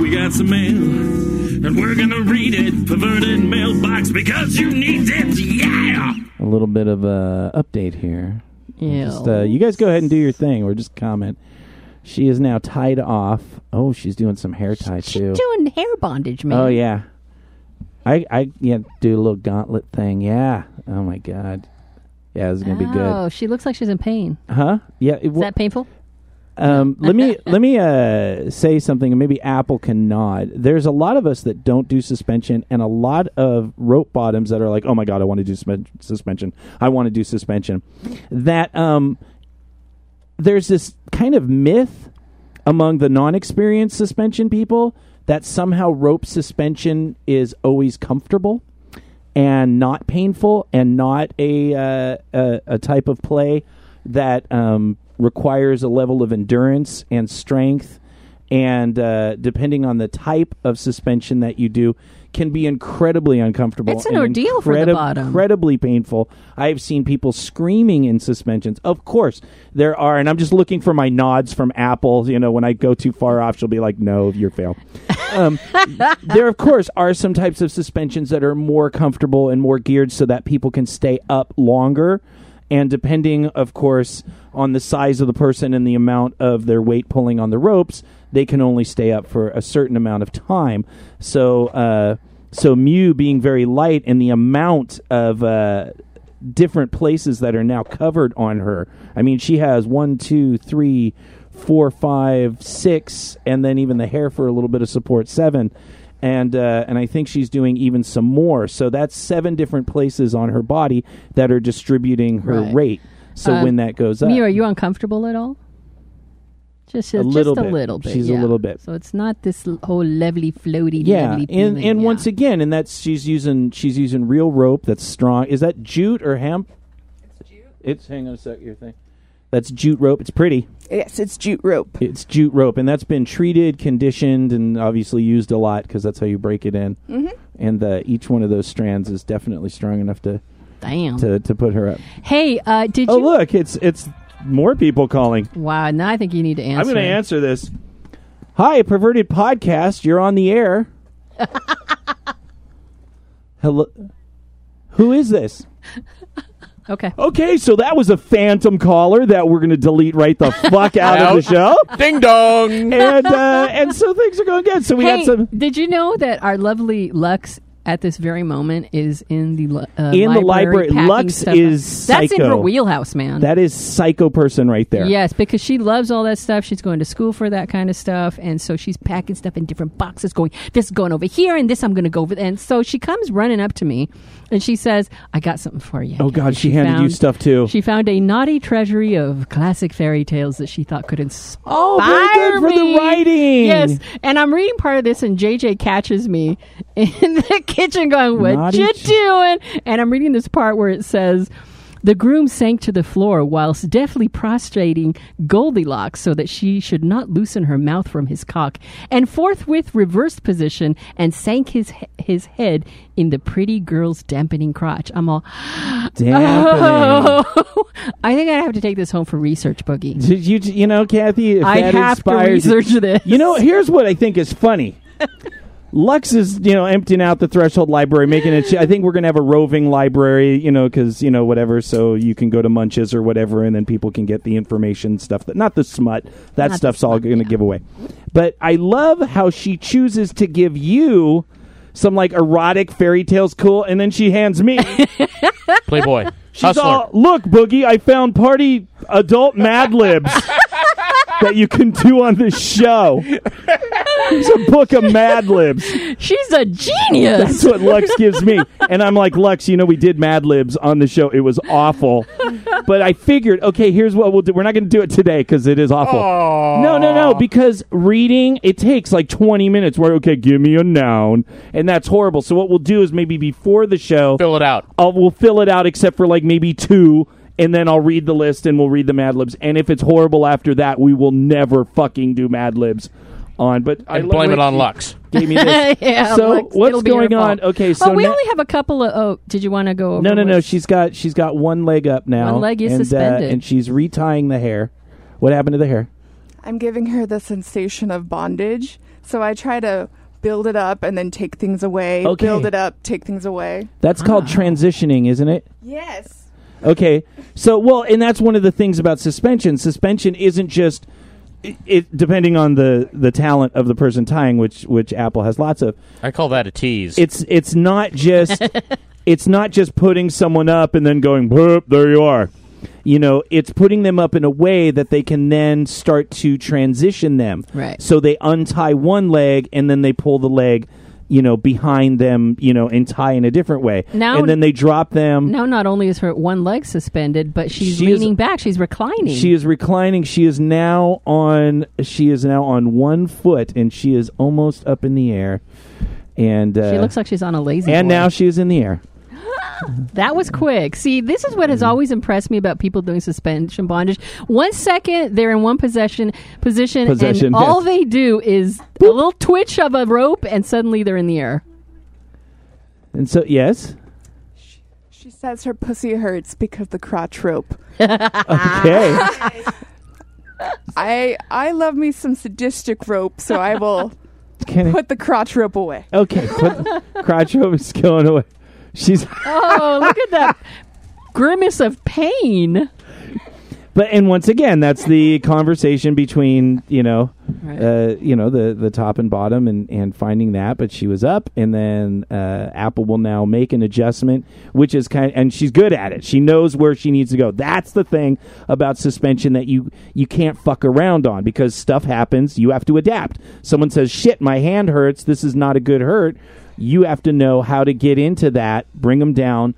Speaker 5: We got some mail, and we're gonna read it. Perverted mailbox because you need it, yeah!
Speaker 2: A little bit of a update here.
Speaker 1: Yeah.
Speaker 2: Just uh, you guys go ahead and do your thing or just comment. She is now tied off. Oh, she's doing some hair tie
Speaker 1: She's
Speaker 2: too.
Speaker 1: doing hair bondage, man.
Speaker 2: Oh yeah. I I yeah, do a little gauntlet thing. Yeah. Oh my god. Yeah, this is gonna be
Speaker 1: Oh,
Speaker 2: good.
Speaker 1: she looks like she's in pain.
Speaker 2: Huh? Yeah. It,
Speaker 1: Is that painful?
Speaker 2: Um, let me let me uh, say something, and maybe Apple can nod. There's a lot of us that don't do suspension, and a lot of rope bottoms that are like, "Oh my god, I want to do suspen- suspension. I want to do suspension." That um, there's this kind of myth among the non-experienced suspension people that somehow rope suspension is always comfortable and not painful and not a uh, a, a type of play that um, requires a level of endurance and strength and uh, depending on the type of suspension that you do can be incredibly uncomfortable
Speaker 1: It's an
Speaker 2: and
Speaker 1: ordeal for the
Speaker 2: incredi-
Speaker 1: bottom.
Speaker 2: incredibly painful i've seen people screaming in suspensions of course there are and i'm just looking for my nods from apple you know when i go too far off she'll be like no you're fail there, of course, are some types of suspensions that are more comfortable and more geared so that people can stay up longer. And depending, of course, on the size of the person and the amount of their weight pulling on the ropes, they can only stay up for a certain amount of time. So, uh, so Mew being very light and the amount of uh, different places that are now covered on her. I mean, she has one, two, three, four, five, six, and then even the hair for a little bit of support, seven. And uh, and I think she's doing even some more. So that's seven different places on her body that are distributing her
Speaker 1: Right.
Speaker 2: rate. So
Speaker 1: Um,
Speaker 2: when that goes up,
Speaker 1: Mia, are you uncomfortable at all? Just a,
Speaker 2: A
Speaker 1: just
Speaker 2: little
Speaker 1: a
Speaker 2: bit.
Speaker 1: little bit.
Speaker 2: She's a
Speaker 1: yeah.
Speaker 2: little bit.
Speaker 1: So it's not this l- whole lovely floaty.
Speaker 2: yeah,
Speaker 1: lovely
Speaker 2: and and
Speaker 1: feeling.
Speaker 2: once
Speaker 1: Yeah.
Speaker 2: again, and that's she's using she's using real rope that's strong. Is that jute or hemp? It's jute. It's hang on a sec, your thing. That's jute rope. It's pretty.
Speaker 7: Yes, it's jute rope.
Speaker 2: It's jute rope, and that's been treated, conditioned, and obviously used a lot because that's how you break it in. Mm-hmm. And uh, each one of those strands is definitely strong enough to
Speaker 1: damn.
Speaker 2: to, to put her up.
Speaker 1: hey, uh, did
Speaker 2: Oh,
Speaker 1: you?
Speaker 2: look, it's it's more people calling.
Speaker 1: Wow. Now I think you need to answer.
Speaker 2: I'm going to answer this. Hi, perverted podcast. You're on the air. Hello. Who is this?
Speaker 1: Okay.
Speaker 2: Okay, so that was a phantom caller that we're going to delete right the fuck out of the show.
Speaker 4: Ding dong.
Speaker 2: And uh, and so things are going good. So we
Speaker 1: hey,
Speaker 2: had some
Speaker 1: did you know that our lovely Lux at this very moment is in the li- uh,
Speaker 2: In the
Speaker 1: library?
Speaker 2: library.
Speaker 1: packing
Speaker 2: Lux
Speaker 1: stuff
Speaker 2: is
Speaker 1: up? that's in her
Speaker 2: psycho.
Speaker 1: wheelhouse, man.
Speaker 2: that is psycho person right there.
Speaker 1: Yes, because she loves all that stuff. She's going to school for that kind of stuff, and so she's packing stuff in different boxes. Going, this is going over here, and this I'm going to go over. And so she comes running up to me, and she says, "I got something for you."
Speaker 2: Oh God, she handed you stuff too.
Speaker 1: She found a naughty treasury of classic fairy tales that she thought could inspire
Speaker 2: oh, very good for
Speaker 1: me.
Speaker 2: the writing.
Speaker 1: Yes, and I'm reading part of this, and JJ catches me in the kitchen going, "What
Speaker 2: Naughty
Speaker 1: you
Speaker 2: ch-
Speaker 1: doing?" And I'm reading this part where it says. The groom sank to the floor whilst deftly prostrating Goldilocks so that she should not loosen her mouth from his cock, and forthwith reversed position and sank his he- his head in the pretty girl's dampening crotch. I'm all,
Speaker 2: Damn.
Speaker 1: oh, I think I have to take this home for research, Boogie.
Speaker 2: Did you you know, Kathy? If
Speaker 1: I
Speaker 2: that
Speaker 1: have to
Speaker 2: inspires you-
Speaker 1: research this.
Speaker 2: You know, here's what I think is funny. Lux is, you know, emptying out the threshold library, making it. I think we're gonna have a roving library, you know, because you know whatever, so you can go to Munches or whatever, and then people can get the information stuff that not the smut. That
Speaker 1: Not the
Speaker 2: stuff's all
Speaker 1: smut,
Speaker 2: gonna
Speaker 1: yeah.
Speaker 2: give away. But I love how she chooses to give you some like erotic fairy tales, cool, and then she hands me.
Speaker 4: Playboy.
Speaker 2: She's
Speaker 4: Hustler.
Speaker 2: all, look, Boogie, I found party adult Mad Libs that you can do on this show. It's a book of Mad Libs.
Speaker 1: She's a genius.
Speaker 2: That's what Lux gives me. And I'm like, Lux, you know, we did Mad Libs on the show. It was awful. But I figured, okay, here's what we'll do. We're not going to do it today because it is awful. No, no, no, because reading, it takes like 20 minutes where, okay, give me a noun. And that's horrible. So what we'll do is maybe before the show,
Speaker 4: Fill it out.
Speaker 2: I'll, Uh, we'll fill it out except for like maybe two, and then I'll read the list and we'll read the Mad Libs. And if it's horrible after that, we will never fucking do Mad Libs on. But I
Speaker 4: And
Speaker 2: love
Speaker 4: blame it
Speaker 2: what
Speaker 4: on
Speaker 2: you
Speaker 4: Lux.
Speaker 2: Gave me this.
Speaker 1: Yeah,
Speaker 2: So
Speaker 1: Lex,
Speaker 2: what's
Speaker 1: it'll be your
Speaker 2: going on?
Speaker 1: fault.
Speaker 2: Okay, so
Speaker 1: oh, we
Speaker 2: now-
Speaker 1: only have a couple of. Oh, did you want to go? Over
Speaker 2: no, no, no.
Speaker 1: what-
Speaker 2: She's got she's got one leg up now.
Speaker 1: One leg is
Speaker 2: and, uh,
Speaker 1: suspended.
Speaker 2: and she's retying the hair. What happened to the hair?
Speaker 7: I'm giving her the sensation of bondage. So I try to build it up and then take things away.
Speaker 2: Okay.
Speaker 7: Build it up, take things away.
Speaker 2: That's called
Speaker 1: Ah.
Speaker 2: transitioning, isn't it?
Speaker 7: Yes.
Speaker 2: Okay. So, well, and that's one of the things about suspension. Suspension isn't just it, it depending on the the talent of the person tying, which which Apple has lots of.
Speaker 4: I call that a tease.
Speaker 2: It's it's not just it's not just putting someone up and then going, "Boop, there you are." You know, it's putting them up in a way that they can then start to transition them.
Speaker 1: Right.
Speaker 2: So they untie one leg and then they pull the leg, you know, behind them, you know, and tie in a different way.
Speaker 1: Now-
Speaker 2: and then they drop them.
Speaker 1: Now, not only is her one leg suspended, but she's
Speaker 2: She is-
Speaker 1: leaning back. She's reclining.
Speaker 2: She is reclining. She is now on. She is now on one foot, and she is almost up in the air. And uh,
Speaker 1: She looks like she's on a lazy.
Speaker 2: and
Speaker 1: boy.
Speaker 2: now she is in the air.
Speaker 1: that was quick. See, this is what has
Speaker 2: Mm-hmm.
Speaker 1: always impressed me about people doing suspension bondage. One second they're in one possession position,
Speaker 2: Possession,
Speaker 1: and all
Speaker 2: yes.
Speaker 1: they do is a little twitch of a rope, and suddenly they're in the air.
Speaker 2: And so yes,
Speaker 7: She says her pussy hurts because the crotch rope.
Speaker 2: okay.
Speaker 7: I I love me some sadistic rope, so I will
Speaker 2: Can I-
Speaker 7: put the crotch rope away.
Speaker 2: okay, put, crotch rope is going away. She's
Speaker 1: Oh, look at that grimace of pain.
Speaker 2: but and once again, that's the conversation between you know,
Speaker 1: Right.
Speaker 2: uh, you know the the top and bottom and and finding that. But she was up, and then uh, Apple will now make an adjustment, which is kind and she's good at it. She knows where she needs to go. That's the thing about suspension that you you can't fuck around on because stuff happens. You have to adapt. Someone says, "Shit, my hand hurts. This is not a good hurt." You have to know how to get into that, bring them down,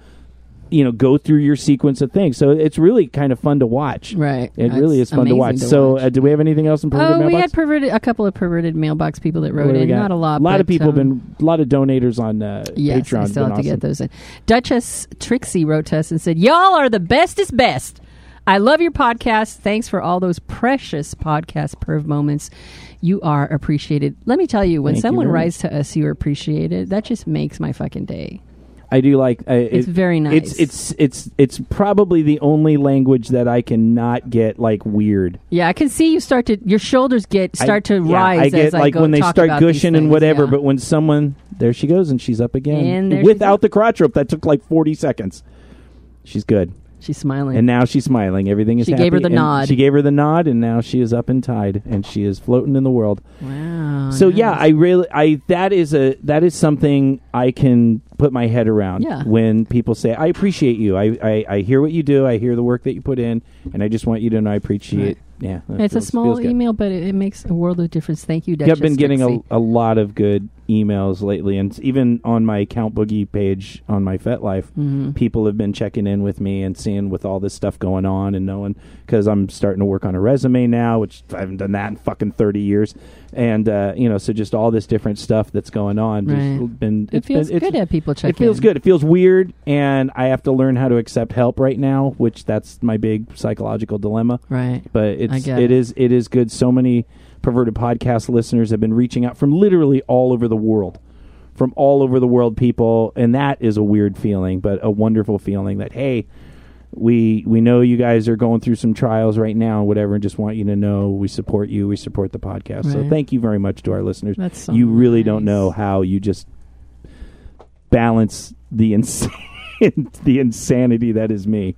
Speaker 2: you know go through your sequence of things. So it's really kind of fun to watch.
Speaker 1: Right.
Speaker 2: It
Speaker 1: That's
Speaker 2: really is fun to
Speaker 1: amazing
Speaker 2: watch.
Speaker 1: to
Speaker 2: so
Speaker 1: watch.
Speaker 2: Uh, do we have anything else in perverted
Speaker 1: Oh, we had
Speaker 2: mailbox?
Speaker 1: perverted a couple of perverted mailbox people that
Speaker 2: What
Speaker 1: wrote
Speaker 2: do we
Speaker 1: in.
Speaker 2: got?
Speaker 1: Not a lot.
Speaker 2: A lot of
Speaker 1: but,
Speaker 2: people
Speaker 1: um,
Speaker 2: have been a lot of donators on uh,
Speaker 1: Yes,
Speaker 2: Patreon.
Speaker 1: I still have
Speaker 2: Been
Speaker 1: to get
Speaker 2: awesome.
Speaker 1: those in. Duchess Trixie wrote to us and said, "Y'all are the bestest best. I love your podcast. Thanks for all those precious podcast perv moments. You are appreciated. Let me tell you, when
Speaker 2: Thank you
Speaker 1: someone
Speaker 2: very
Speaker 1: writes to us, you are appreciated. That just makes my fucking day.
Speaker 2: I do like. I,
Speaker 1: It's
Speaker 2: it-
Speaker 1: very nice.
Speaker 2: It's it's it's it's probably the only language that I can not get like weird.
Speaker 1: Yeah, I can see you start to your shoulders get
Speaker 2: I-
Speaker 1: start to
Speaker 2: yeah,
Speaker 1: rise.
Speaker 2: I get
Speaker 1: as I
Speaker 2: like
Speaker 1: go
Speaker 2: when they
Speaker 1: talk
Speaker 2: start
Speaker 1: about these
Speaker 2: gushing and
Speaker 1: things,
Speaker 2: whatever,
Speaker 1: yeah.
Speaker 2: but when someone there she goes and she's up
Speaker 1: And there
Speaker 2: again
Speaker 1: she
Speaker 2: without the crotch rope. That took like forty seconds. She's good,
Speaker 1: she's smiling.
Speaker 2: and now she's smiling. Everything is.
Speaker 1: She gave her
Speaker 2: happy,
Speaker 1: the
Speaker 2: and
Speaker 1: nod.
Speaker 2: She gave her the nod, and now she is up and tied, and she is floating in the world.
Speaker 1: wow.
Speaker 2: So yeah,
Speaker 1: nice.
Speaker 2: I really I that is a that is something I can put my head around
Speaker 1: Yeah.
Speaker 2: when people say I appreciate you. I, I I hear what you do. I hear the work that you put in, and I just want you to know I appreciate. Yeah, that
Speaker 1: it's a
Speaker 2: feels- feels
Speaker 1: small
Speaker 2: good.
Speaker 1: email, but it, it makes a world of difference. Thank you,
Speaker 2: Yeah,
Speaker 1: Duchess
Speaker 2: I've been getting a,
Speaker 1: Dixie.
Speaker 2: a lot of good emails lately, and s- even on my Count Boogie page on my FetLife,
Speaker 1: Mm-hmm.
Speaker 2: people have been checking in with me and seeing with all this stuff going on and knowing because I'm starting to work on a resume now, which I haven't done that in fucking 30 years, and uh, you know, so just all this different stuff that's going on. just
Speaker 1: Right.
Speaker 2: been
Speaker 1: It
Speaker 2: it's been-
Speaker 1: feels
Speaker 2: it's-
Speaker 1: good to have people check
Speaker 2: It feels
Speaker 1: in.
Speaker 2: good. It feels weird, and I have to learn how to accept help right now, which that's my big psychological dilemma
Speaker 1: right.
Speaker 2: but it's
Speaker 1: get
Speaker 2: it
Speaker 1: it.
Speaker 2: is it is good. So many perverted podcast listeners have been reaching out from literally all over the world, from all over the world, people, and that is a weird feeling, but a wonderful feeling that hey, we we know you guys are going through some trials right now, whatever, and just want you to know we support you, we support the podcast. So
Speaker 1: Right.
Speaker 2: thank you very much to our listeners.
Speaker 1: That's so
Speaker 2: you really don't
Speaker 1: nice.
Speaker 2: know how you just balance the ins- the insanity that is me.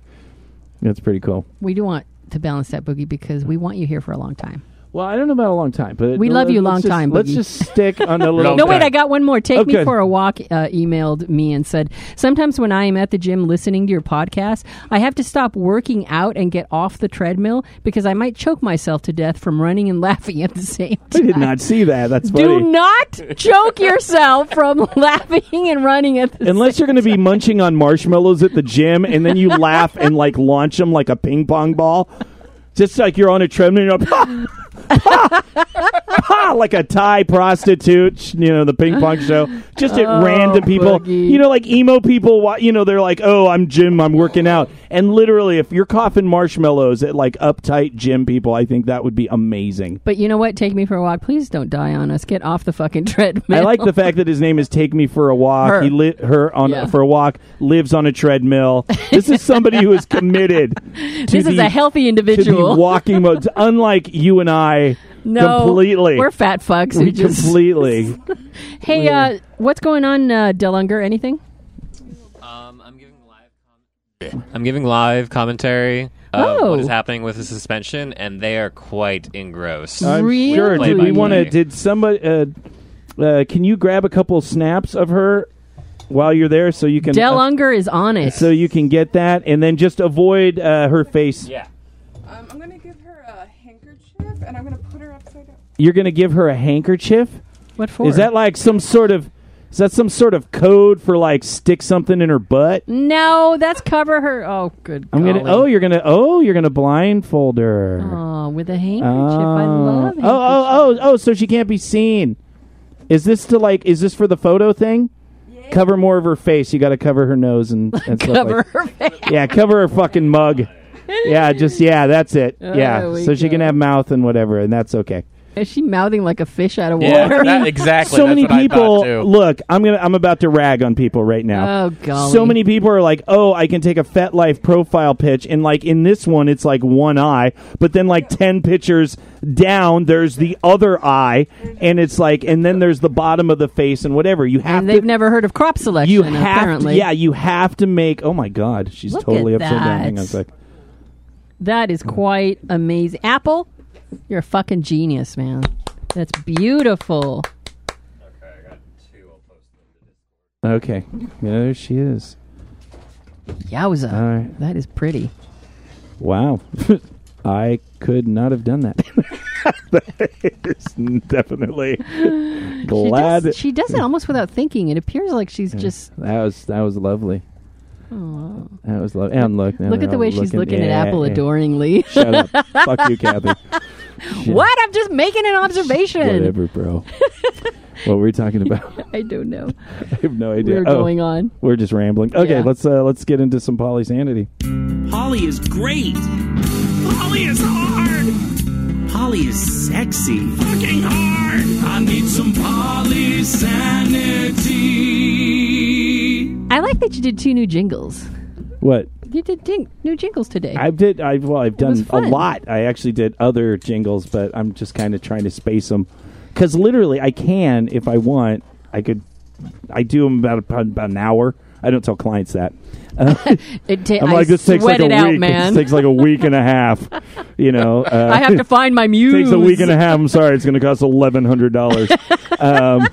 Speaker 2: That's pretty cool.
Speaker 1: we do want to balance that boogie because we want you here for a long time.
Speaker 2: Well, I don't know about a long time, but
Speaker 1: We love you,
Speaker 2: let's
Speaker 1: long
Speaker 2: just-
Speaker 1: time,
Speaker 2: Let's
Speaker 1: Boogie.
Speaker 2: just stick on a little.
Speaker 1: No, wait,
Speaker 2: time.
Speaker 1: I got one more. Take
Speaker 2: Oh,
Speaker 1: me
Speaker 2: good.
Speaker 1: for a walk. Uh, emailed me and said, sometimes when I am at the gym listening to your podcast, I have to stop working out and get off the treadmill because I might choke myself to death from running and laughing at the same
Speaker 2: I
Speaker 1: time.
Speaker 2: did not see that. That's
Speaker 1: Do
Speaker 2: funny.
Speaker 1: not choke yourself from laughing and running at the
Speaker 2: Unless you're going to be munching on marshmallows at the gym, and then you laugh and like launch them like a ping pong ball, just like you're on a treadmill, you're like, "Pa! Pa! Pa!" like a Thai prostitute. sh- You know the ping pong show. Just at random people.
Speaker 1: Oh, Boogie.
Speaker 2: You know, like emo people. wa- You know, they're like, "Oh, I'm Jim. I'm working out." And literally, if you're coughing marshmallows at like uptight gym people, I think that would be amazing.
Speaker 1: But you know what? Take me for a walk. Please don't die on us. Get off the fucking treadmill.
Speaker 2: I like the fact that his name is Take Me for a Walk.
Speaker 1: Her.
Speaker 2: He lit her on
Speaker 1: Yeah.
Speaker 2: for a walk. Lives on a treadmill. This is somebody who is committed. To
Speaker 1: this
Speaker 2: the,
Speaker 1: is a healthy
Speaker 2: to the
Speaker 1: individual.
Speaker 2: walking mode. Unlike you and I,
Speaker 1: no,
Speaker 2: completely.
Speaker 1: We're fat fucks. Who
Speaker 2: we
Speaker 1: just,
Speaker 2: completely.
Speaker 1: hey, uh, what's going on, uh, Dellunger? Anything?
Speaker 8: Um, I'm giving live. Com- I'm giving live commentary of
Speaker 1: Oh.
Speaker 8: what is happening with the suspension, and they are quite engrossed.
Speaker 2: I'm
Speaker 1: Really?
Speaker 2: sure. Did we
Speaker 8: Play-by-play.
Speaker 2: want to? Did somebody? Uh, uh, can you grab a couple snaps of her while you're there so you can?
Speaker 1: Del
Speaker 2: uh,
Speaker 1: Unger is on it.
Speaker 2: so you can get that, and then just avoid uh, her face.
Speaker 8: yeah.
Speaker 7: Um, I'm gonna give her a handkerchief, and I'm gonna put her upside down.
Speaker 2: You're going to give her a handkerchief.
Speaker 1: what for?
Speaker 2: Is that like some sort of is that some sort of code for like stick something in her butt?
Speaker 1: no, that's cover her. Oh, good.
Speaker 2: I'm gonna oh
Speaker 1: golly.
Speaker 2: you're gonna oh you're gonna blindfold her.
Speaker 1: Oh, with a handkerchief. I
Speaker 2: Oh.
Speaker 1: love handkerchief.
Speaker 2: oh oh oh oh so she can't be seen. Is this to like is this for the photo thing? Cover more of her face. You got to cover her nose and, and stuff like-
Speaker 1: Cover her face.
Speaker 2: yeah, cover her fucking mug. Yeah, just yeah, that's it.
Speaker 1: Oh, There
Speaker 2: Yeah,
Speaker 1: we
Speaker 2: so she
Speaker 1: go.
Speaker 2: can have mouth and whatever, and that's okay.
Speaker 1: Is she mouthing like a fish out of
Speaker 4: Yeah,
Speaker 1: water?
Speaker 4: that- exactly.
Speaker 2: so
Speaker 4: that's
Speaker 2: many
Speaker 4: what I
Speaker 2: people
Speaker 4: thought, too.
Speaker 2: look i'm gonna i'm about to rag on people right now
Speaker 1: Oh, golly.
Speaker 2: so many people are like oh i can take a fat life profile pitch and like in this one it's like one eye but then like 10 pictures down there's the other eye and it's like and then there's the bottom of the face and whatever you have
Speaker 1: and
Speaker 2: to
Speaker 1: they've never heard of crop selection,
Speaker 2: you have
Speaker 1: apparently.
Speaker 2: to, yeah you have to make oh my god she's
Speaker 1: Look
Speaker 2: totally
Speaker 1: at
Speaker 2: upside down
Speaker 1: that.
Speaker 2: hang on a sec
Speaker 1: That is quite amazing. Apple, you're a fucking genius, man. That's beautiful.
Speaker 2: okay there she is
Speaker 1: Yowza.
Speaker 2: all right
Speaker 1: That is pretty.
Speaker 2: Wow. I could not have done that. that is definitely
Speaker 1: She
Speaker 2: glad
Speaker 1: does, she does it almost without thinking. It appears like she's just.
Speaker 2: that was that was lovely. That was lovely. And look, now
Speaker 1: Look
Speaker 2: they're
Speaker 1: at the
Speaker 2: all
Speaker 1: way she's looking at
Speaker 2: yeah,
Speaker 1: Apple
Speaker 2: yeah.
Speaker 1: adoringly.
Speaker 2: Shut up. Fuck you, Kathy. Shit.
Speaker 1: what? I'm just making an observation.
Speaker 2: Whatever, bro. what were we talking about?
Speaker 1: I don't know.
Speaker 2: I have no idea.
Speaker 1: We're
Speaker 2: Oh,
Speaker 1: going on.
Speaker 2: We're just rambling. Okay,
Speaker 1: Yeah.
Speaker 2: let's uh, let's get into some polysanity.
Speaker 5: Holly is great. Holly is hard. Holly is sexy. Fucking hard. I need some Polly sanity.
Speaker 1: I like that you did two new jingles.
Speaker 2: What
Speaker 1: You did ding- new jingles today.
Speaker 2: I did, I well, I've
Speaker 1: was
Speaker 2: done a
Speaker 1: fun.
Speaker 2: lot. I actually did other jingles, but I'm just kind of trying to space them because literally, I can if I want. I could, I do them about about an hour. I don't tell clients that.
Speaker 1: It ta-
Speaker 2: I'm
Speaker 1: I
Speaker 2: like, this takes
Speaker 1: sweat
Speaker 2: like a
Speaker 1: it
Speaker 2: week.
Speaker 1: out,
Speaker 2: This
Speaker 1: man.
Speaker 2: takes like a week and a half. You know, uh,
Speaker 1: I have to find my muse.
Speaker 2: takes a week and a half. I'm sorry, it's going to cost eleven hundred dollars. um,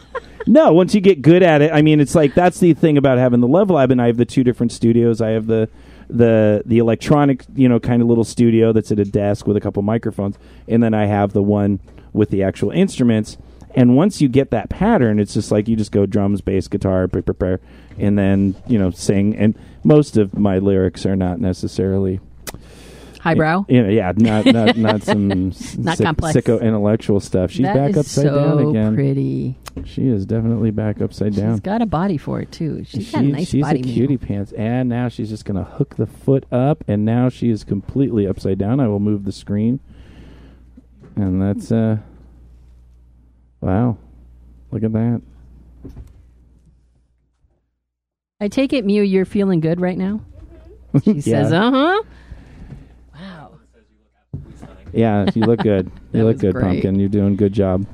Speaker 2: no, once you get good at it, I mean, it's like that's the thing about having the Love Lab, and I have the two different studios. I have the the the electronic, you know, kind of little studio that's at a desk with a couple microphones, and then I have the one with the actual instruments. And once you get that pattern, it's just like you just go drums, bass, guitar, prepare, prepare, and then you know sing. And most of my lyrics are not necessarily
Speaker 1: Highbrow.
Speaker 2: you know, yeah, not not not some
Speaker 1: Not
Speaker 2: sick-
Speaker 1: complex.
Speaker 2: sicko intellectual stuff. She's
Speaker 1: That
Speaker 2: back
Speaker 1: is
Speaker 2: upside
Speaker 1: so
Speaker 2: down again.
Speaker 1: pretty.
Speaker 2: She is definitely back upside
Speaker 1: She's
Speaker 2: down.
Speaker 1: got a body for it too. She's got a
Speaker 2: She-
Speaker 1: nice
Speaker 2: she's
Speaker 1: body.
Speaker 2: a
Speaker 1: man.
Speaker 2: cutie pants, and now she's just gonna hook the foot up, and now she is completely upside down. I will move the screen, and that's uh, wow, look at that.
Speaker 1: I take it, Mew, you're feeling good right now. She says, "Uh huh." Wow,
Speaker 2: Yeah, you look good.
Speaker 1: That
Speaker 2: you look
Speaker 1: was
Speaker 2: good,
Speaker 1: great.
Speaker 2: pumpkin. You're doing good job.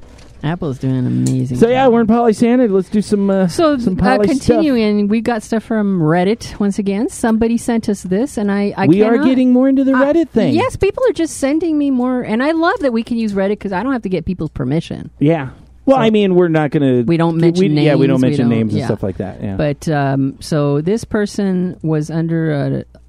Speaker 1: Apple's doing an amazing.
Speaker 2: So yeah,
Speaker 1: job.
Speaker 2: we're in Poly Sanity. Let's do some uh,
Speaker 1: So
Speaker 2: some
Speaker 1: uh,
Speaker 2: poly stuff.
Speaker 1: continuing, we got stuff from Reddit once again. Somebody sent us this, and I, I
Speaker 2: We are
Speaker 1: cannot-
Speaker 2: getting more into the
Speaker 1: I-
Speaker 2: Reddit thing.
Speaker 1: Yes, people are just sending me more, and I love that we can use Reddit because I don't have to get people's permission.
Speaker 2: Yeah. Well, I mean, we're not going to.
Speaker 1: We don't mention
Speaker 2: Yeah, we don't
Speaker 1: names, we
Speaker 2: mention
Speaker 1: don't-
Speaker 2: names and
Speaker 1: yeah.
Speaker 2: stuff like that. Yeah.
Speaker 1: But um, so this person was under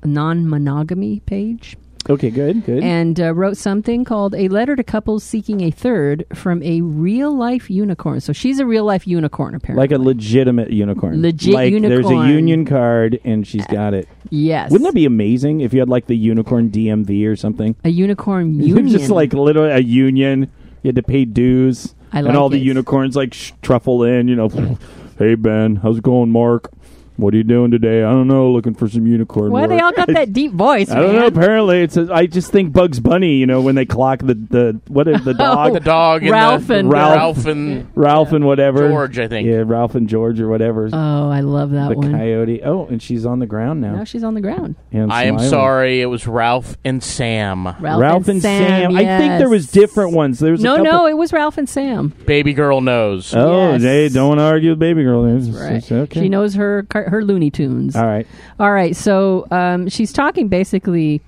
Speaker 1: a non-monogamy page
Speaker 2: okay, good, good.
Speaker 1: and uh, wrote something called "A Letter to Couples Seeking a Third from a Real Life Unicorn." So she's a real life unicorn, apparently.
Speaker 2: like a legitimate unicorn.
Speaker 1: Legit
Speaker 2: like, There's a
Speaker 1: unicorn.
Speaker 2: union card, and she's got it.
Speaker 1: yes,
Speaker 2: Wouldn't that be amazing if you had like the unicorn DMV or something?
Speaker 1: a unicorn
Speaker 2: You
Speaker 1: union?
Speaker 2: just like literally a union. You had to pay dues,
Speaker 1: I
Speaker 2: and
Speaker 1: like
Speaker 2: all the
Speaker 1: it.
Speaker 2: unicorns like sh- truffle in. You know, hey Ben, how's it going, Mark? What are you doing today? I don't know. Looking for some unicorn.
Speaker 1: Why they
Speaker 2: work."
Speaker 1: all got that deep voice?
Speaker 2: I don't
Speaker 1: man?
Speaker 2: know. Apparently, it's. A, I just think Bugs Bunny. You know, when they clock the the what is the
Speaker 1: Oh,
Speaker 2: dog?
Speaker 4: the dog and
Speaker 1: Ralph
Speaker 4: the,
Speaker 1: and-
Speaker 4: Ralph, and
Speaker 2: Ralph and whatever
Speaker 4: George, I think.
Speaker 2: Yeah, Ralph and George or whatever.
Speaker 1: Oh, I love that
Speaker 2: the
Speaker 1: one.
Speaker 2: coyote. Oh, and she's on the ground now.
Speaker 1: Now she's on the ground.
Speaker 2: and
Speaker 4: I am
Speaker 2: smiling.
Speaker 4: sorry. It was Ralph and Sam.
Speaker 1: Ralph,
Speaker 2: Ralph, and Sam. I think there
Speaker 1: yes.
Speaker 2: was different ones. There was
Speaker 1: No,
Speaker 2: a couple.
Speaker 1: no, it was Ralph and Sam.
Speaker 4: Baby girl knows.
Speaker 2: Oh,
Speaker 1: Yes.
Speaker 2: they don't argue with baby girl. It's- it's
Speaker 1: Right.
Speaker 2: okay.
Speaker 1: She knows her car- her Looney Tunes.
Speaker 2: All right.
Speaker 1: All right, so um, she's talking basically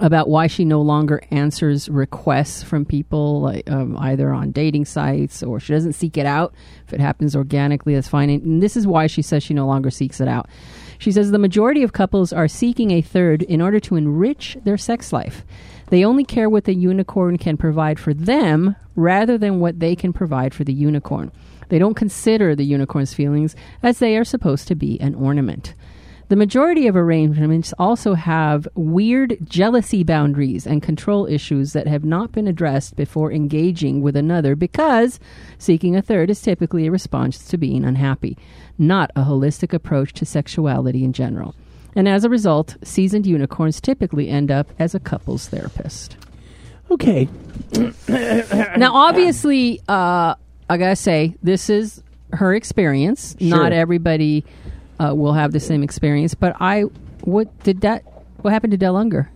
Speaker 1: about why she no longer answers requests from people, like um, either on dating sites or she doesn't seek it out. If it happens organically, that's fine. And this is why she says she no longer seeks it out. She says the majority of couples are seeking a third in order to enrich their sex life. They only care what the unicorn can provide for them rather than what they can provide for the unicorn. They don't consider the unicorn's feelings as they are supposed to be an ornament. The majority of arrangements also have weird jealousy boundaries and control issues that have not been addressed before engaging with another because seeking a third is typically a response to being unhappy, not a holistic approach to sexuality in general. And as a result, seasoned unicorns typically end up as a couples therapist.
Speaker 2: Okay.
Speaker 1: Now, obviously, uh, I gotta say this is her experience. Not everybody uh, will have the same experience, but I what did that? What happened to Del Unger?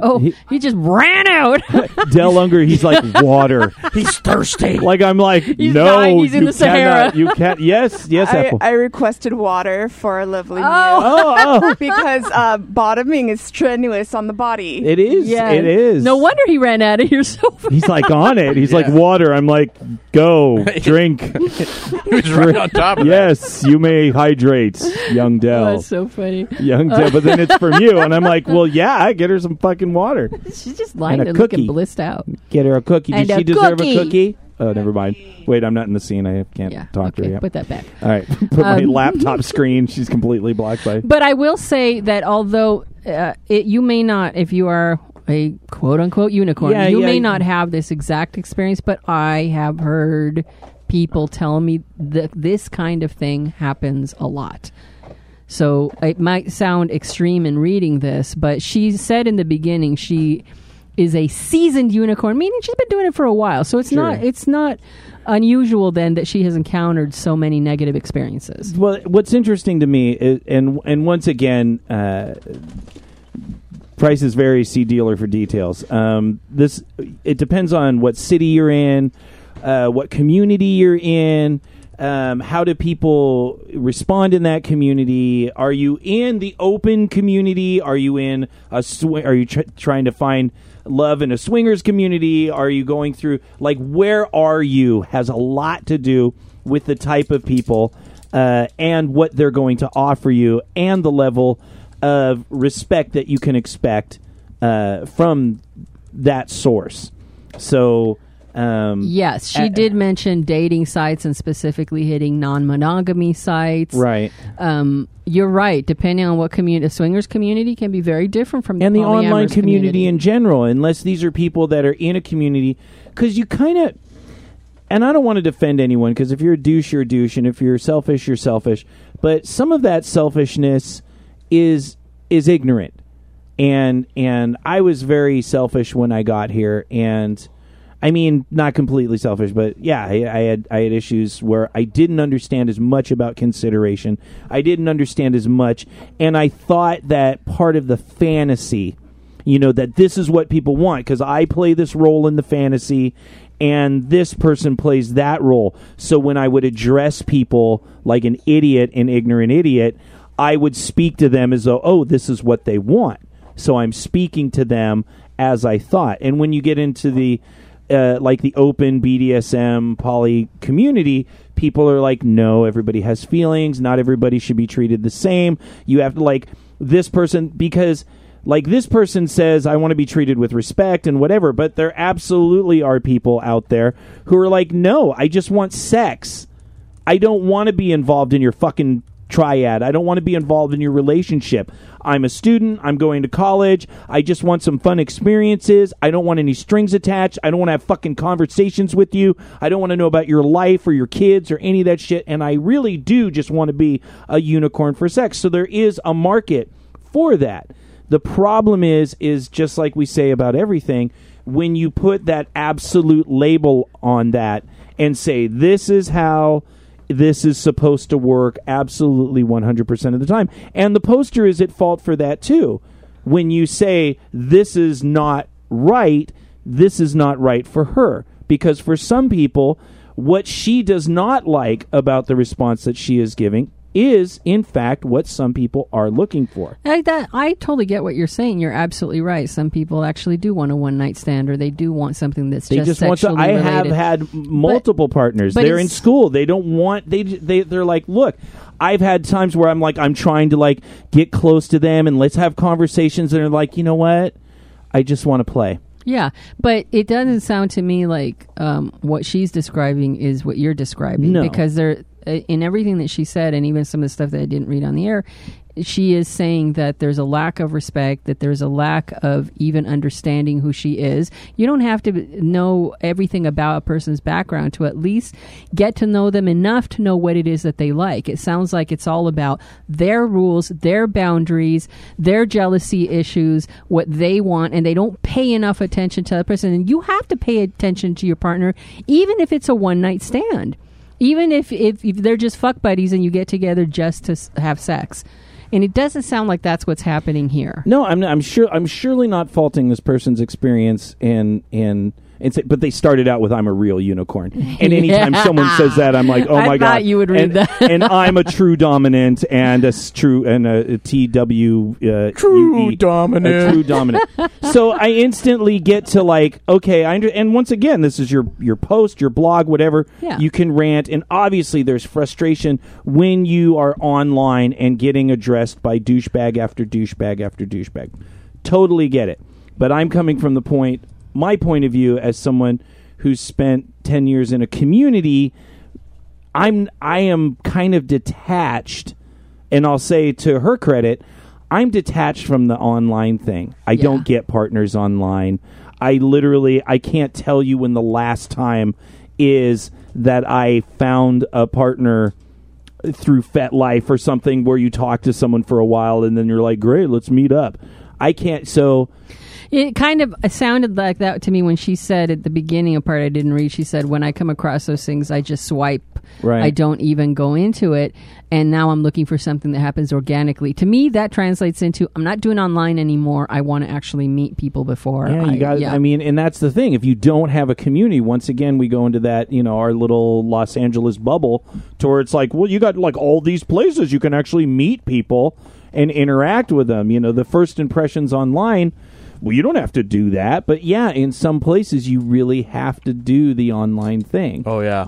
Speaker 1: Oh, he,
Speaker 2: He-
Speaker 1: just ran out.
Speaker 2: Del Unger, he's like water.
Speaker 4: He's thirsty.
Speaker 2: like I'm like no,
Speaker 1: dying. He's
Speaker 2: you
Speaker 1: in the Sahara.
Speaker 2: cannot. You can't. Yes, yes,
Speaker 7: I,
Speaker 2: Apple.
Speaker 7: I requested water for our lovely meal
Speaker 2: oh, oh,
Speaker 7: because uh, bottoming is strenuous on the body.
Speaker 2: it is. It is.
Speaker 1: No wonder he ran out of here so fast.
Speaker 2: He's like on it. He's like
Speaker 4: Yeah.
Speaker 2: water. I'm like, go drink.
Speaker 4: he was right on top of that.
Speaker 2: yes, you may hydrate, young
Speaker 1: Oh,
Speaker 2: Dell.
Speaker 1: that's so funny.
Speaker 2: young Dell. But then it's from you, and I'm like, well, yeah, get her some fucking water.
Speaker 1: She's just lying
Speaker 2: And a
Speaker 1: there looking
Speaker 2: cookie.
Speaker 1: blissed out.
Speaker 2: Get her a cookie. Does
Speaker 1: And a
Speaker 2: she deserve
Speaker 1: cookie.
Speaker 2: a cookie? Oh, never mind. Wait, I'm not in the scene. I can't
Speaker 1: Yeah.
Speaker 2: talk to
Speaker 1: okay,
Speaker 2: her. yet.
Speaker 1: put that back.
Speaker 2: All right, put my
Speaker 1: Um,
Speaker 2: laptop screen. She's completely blocked by.
Speaker 1: But I will say that although uh, it, you may not, if you are a quote unquote unicorn,
Speaker 2: Yeah,
Speaker 1: you
Speaker 2: yeah.
Speaker 1: may not have this exact experience, but I have heard people tell me that this kind of thing happens a lot. So it might sound extreme in reading this, but she said in the beginning she is a seasoned unicorn, meaning she's been doing it for a while. So it's not it's not unusual then that she has encountered so many negative experiences.
Speaker 2: Well, what's interesting to me, is, and and once again, uh, prices vary. See dealer for details. Um, this it depends on what city you're in, uh, what community you're in. Um, how do people respond in that community? Are you in the open community? Are you in a swing? Are you tr- trying to find love in a swingers community? Are you going through like where are you? Has a lot to do with the type of people uh, and what they're going to offer you and the level of respect that you can expect uh, from that source. So, um,
Speaker 1: Yes, she
Speaker 2: Uh,
Speaker 1: did mention dating sites and specifically hitting non-monogamy sites.
Speaker 2: right.
Speaker 1: Um, you're right. Depending on what community, swingers community can be very different from
Speaker 2: and the
Speaker 1: polyamorous
Speaker 2: online community,
Speaker 1: community
Speaker 2: in general, unless these are people that are in a community, because you kind of. And I don't want to defend anyone because if you're a douche, you're a douche, and if you're selfish, you're selfish. But some of that selfishness is is ignorant, and and I was very selfish when I got here, and I mean not completely selfish, but yeah, I, I had I had issues where I didn't understand as much about consideration. I didn't understand as much, and I thought that part of the fantasy you know that this is what people want because i play this role in the fantasy and this person plays that role so when i would address people like an idiot an ignorant idiot i would speak to them as though oh this is what they want so i'm speaking to them as i thought and when you get into the uh, like the open BDSM poly community, people are like, no, everybody has feelings. Not everybody should be treated the same. You have to like this person because like this person says, I want to be treated with respect and whatever. But there absolutely are people out there who are like, no, I just want sex. I don't want to be involved in your fucking triad. I don't want to be involved in your relationship. I'm a student. I'm going to college. I just want some fun experiences. I don't want any strings attached. I don't want to have fucking conversations with you. I don't want to know about your life or your kids or any of that shit. And I really do just want to be a unicorn for sex. So there is a market for that. The problem is, is just like we say about everything, when you put that absolute label on that and say, this is how this is supposed to work absolutely 100% of the time. And the poster is at fault for that too. When you say, this is not right, this is not right for her. Because for some people, what she does not like about the response that she is giving is, in fact, what some people are looking for.
Speaker 1: I, that, I totally get what you're saying. You're absolutely right. Some people actually do want a one night stand, or they do want something that's
Speaker 2: They
Speaker 1: just,
Speaker 2: just, want to.
Speaker 1: sexually
Speaker 2: I have
Speaker 1: related.
Speaker 2: had m- multiple partners.
Speaker 1: but
Speaker 2: they're in
Speaker 1: it's-
Speaker 2: school. They don't want. They j- they they're like, look, I've had times where I'm like, I'm trying to like get close to them and let's have conversations. And they're like, you know what? I just want to play.
Speaker 1: Yeah, but it doesn't sound to me like um, what she's describing is what you're describing
Speaker 2: No.
Speaker 1: because there, uh, in everything that she said, and even some of the stuff that I didn't read on the air, she is saying that there's a lack of respect, that there's a lack of even understanding who she is. You don't have to know everything about a person's background to at least get to know them enough to know what it is that they like. It sounds like it's all about their rules, their boundaries, their jealousy issues, what they want, and they don't pay enough attention to the person. And you have to pay attention to your partner, even if it's a one night stand even if, if if they're just fuck buddies and you get together just to s- have sex and it doesn't sound like that's what's happening here
Speaker 2: No, I'm I'm sure I'm surely not faulting this person's experience in in. And say, but they started out with "I'm a real unicorn," and anytime
Speaker 1: Yeah.
Speaker 2: someone says that, I'm like, "Oh
Speaker 1: I
Speaker 2: my god!"
Speaker 1: thought you would read
Speaker 2: and,
Speaker 1: that.
Speaker 2: and I'm a true dominant and a s- true and a, a TW uh, UE. a
Speaker 4: dominant.
Speaker 2: true dominant. so I instantly get to like, okay, I under- and once again, this is your your post, your blog, whatever.
Speaker 1: Yeah.
Speaker 2: You can rant, and obviously there's frustration when you are online and getting addressed by douchebag after douchebag after douchebag. Totally get it, but I'm coming from the point, my point of view as someone who spent ten years in a community. I'm I am kind of detached, and I'll say to her credit, I'm detached from the online thing. I
Speaker 1: Yeah.
Speaker 2: don't get partners online. I literally I can't tell you when the last time is that I found a partner through FetLife or something where you talk to someone for a while and then you're like, "Great, let's meet up." I can't so
Speaker 1: It kind of sounded like that to me when she said at the beginning, a part I didn't read, she said, When I come across those things, I just swipe.
Speaker 2: Right.
Speaker 1: I don't even go into it. And now I'm looking for something that happens organically. To me, that translates into I'm not doing online anymore. I want to actually meet people before.
Speaker 2: Yeah,
Speaker 1: I,
Speaker 2: you got.
Speaker 1: yeah.
Speaker 2: I mean, and that's the thing. If you don't have a community, once again, we go into that you know our little Los Angeles bubble, to where it's like, well, you got like all these places you can actually meet people and interact with them. You know, the first impressions online. Well, you don't have to do that, but yeah, in some places you really have to do the online thing.
Speaker 4: Oh yeah,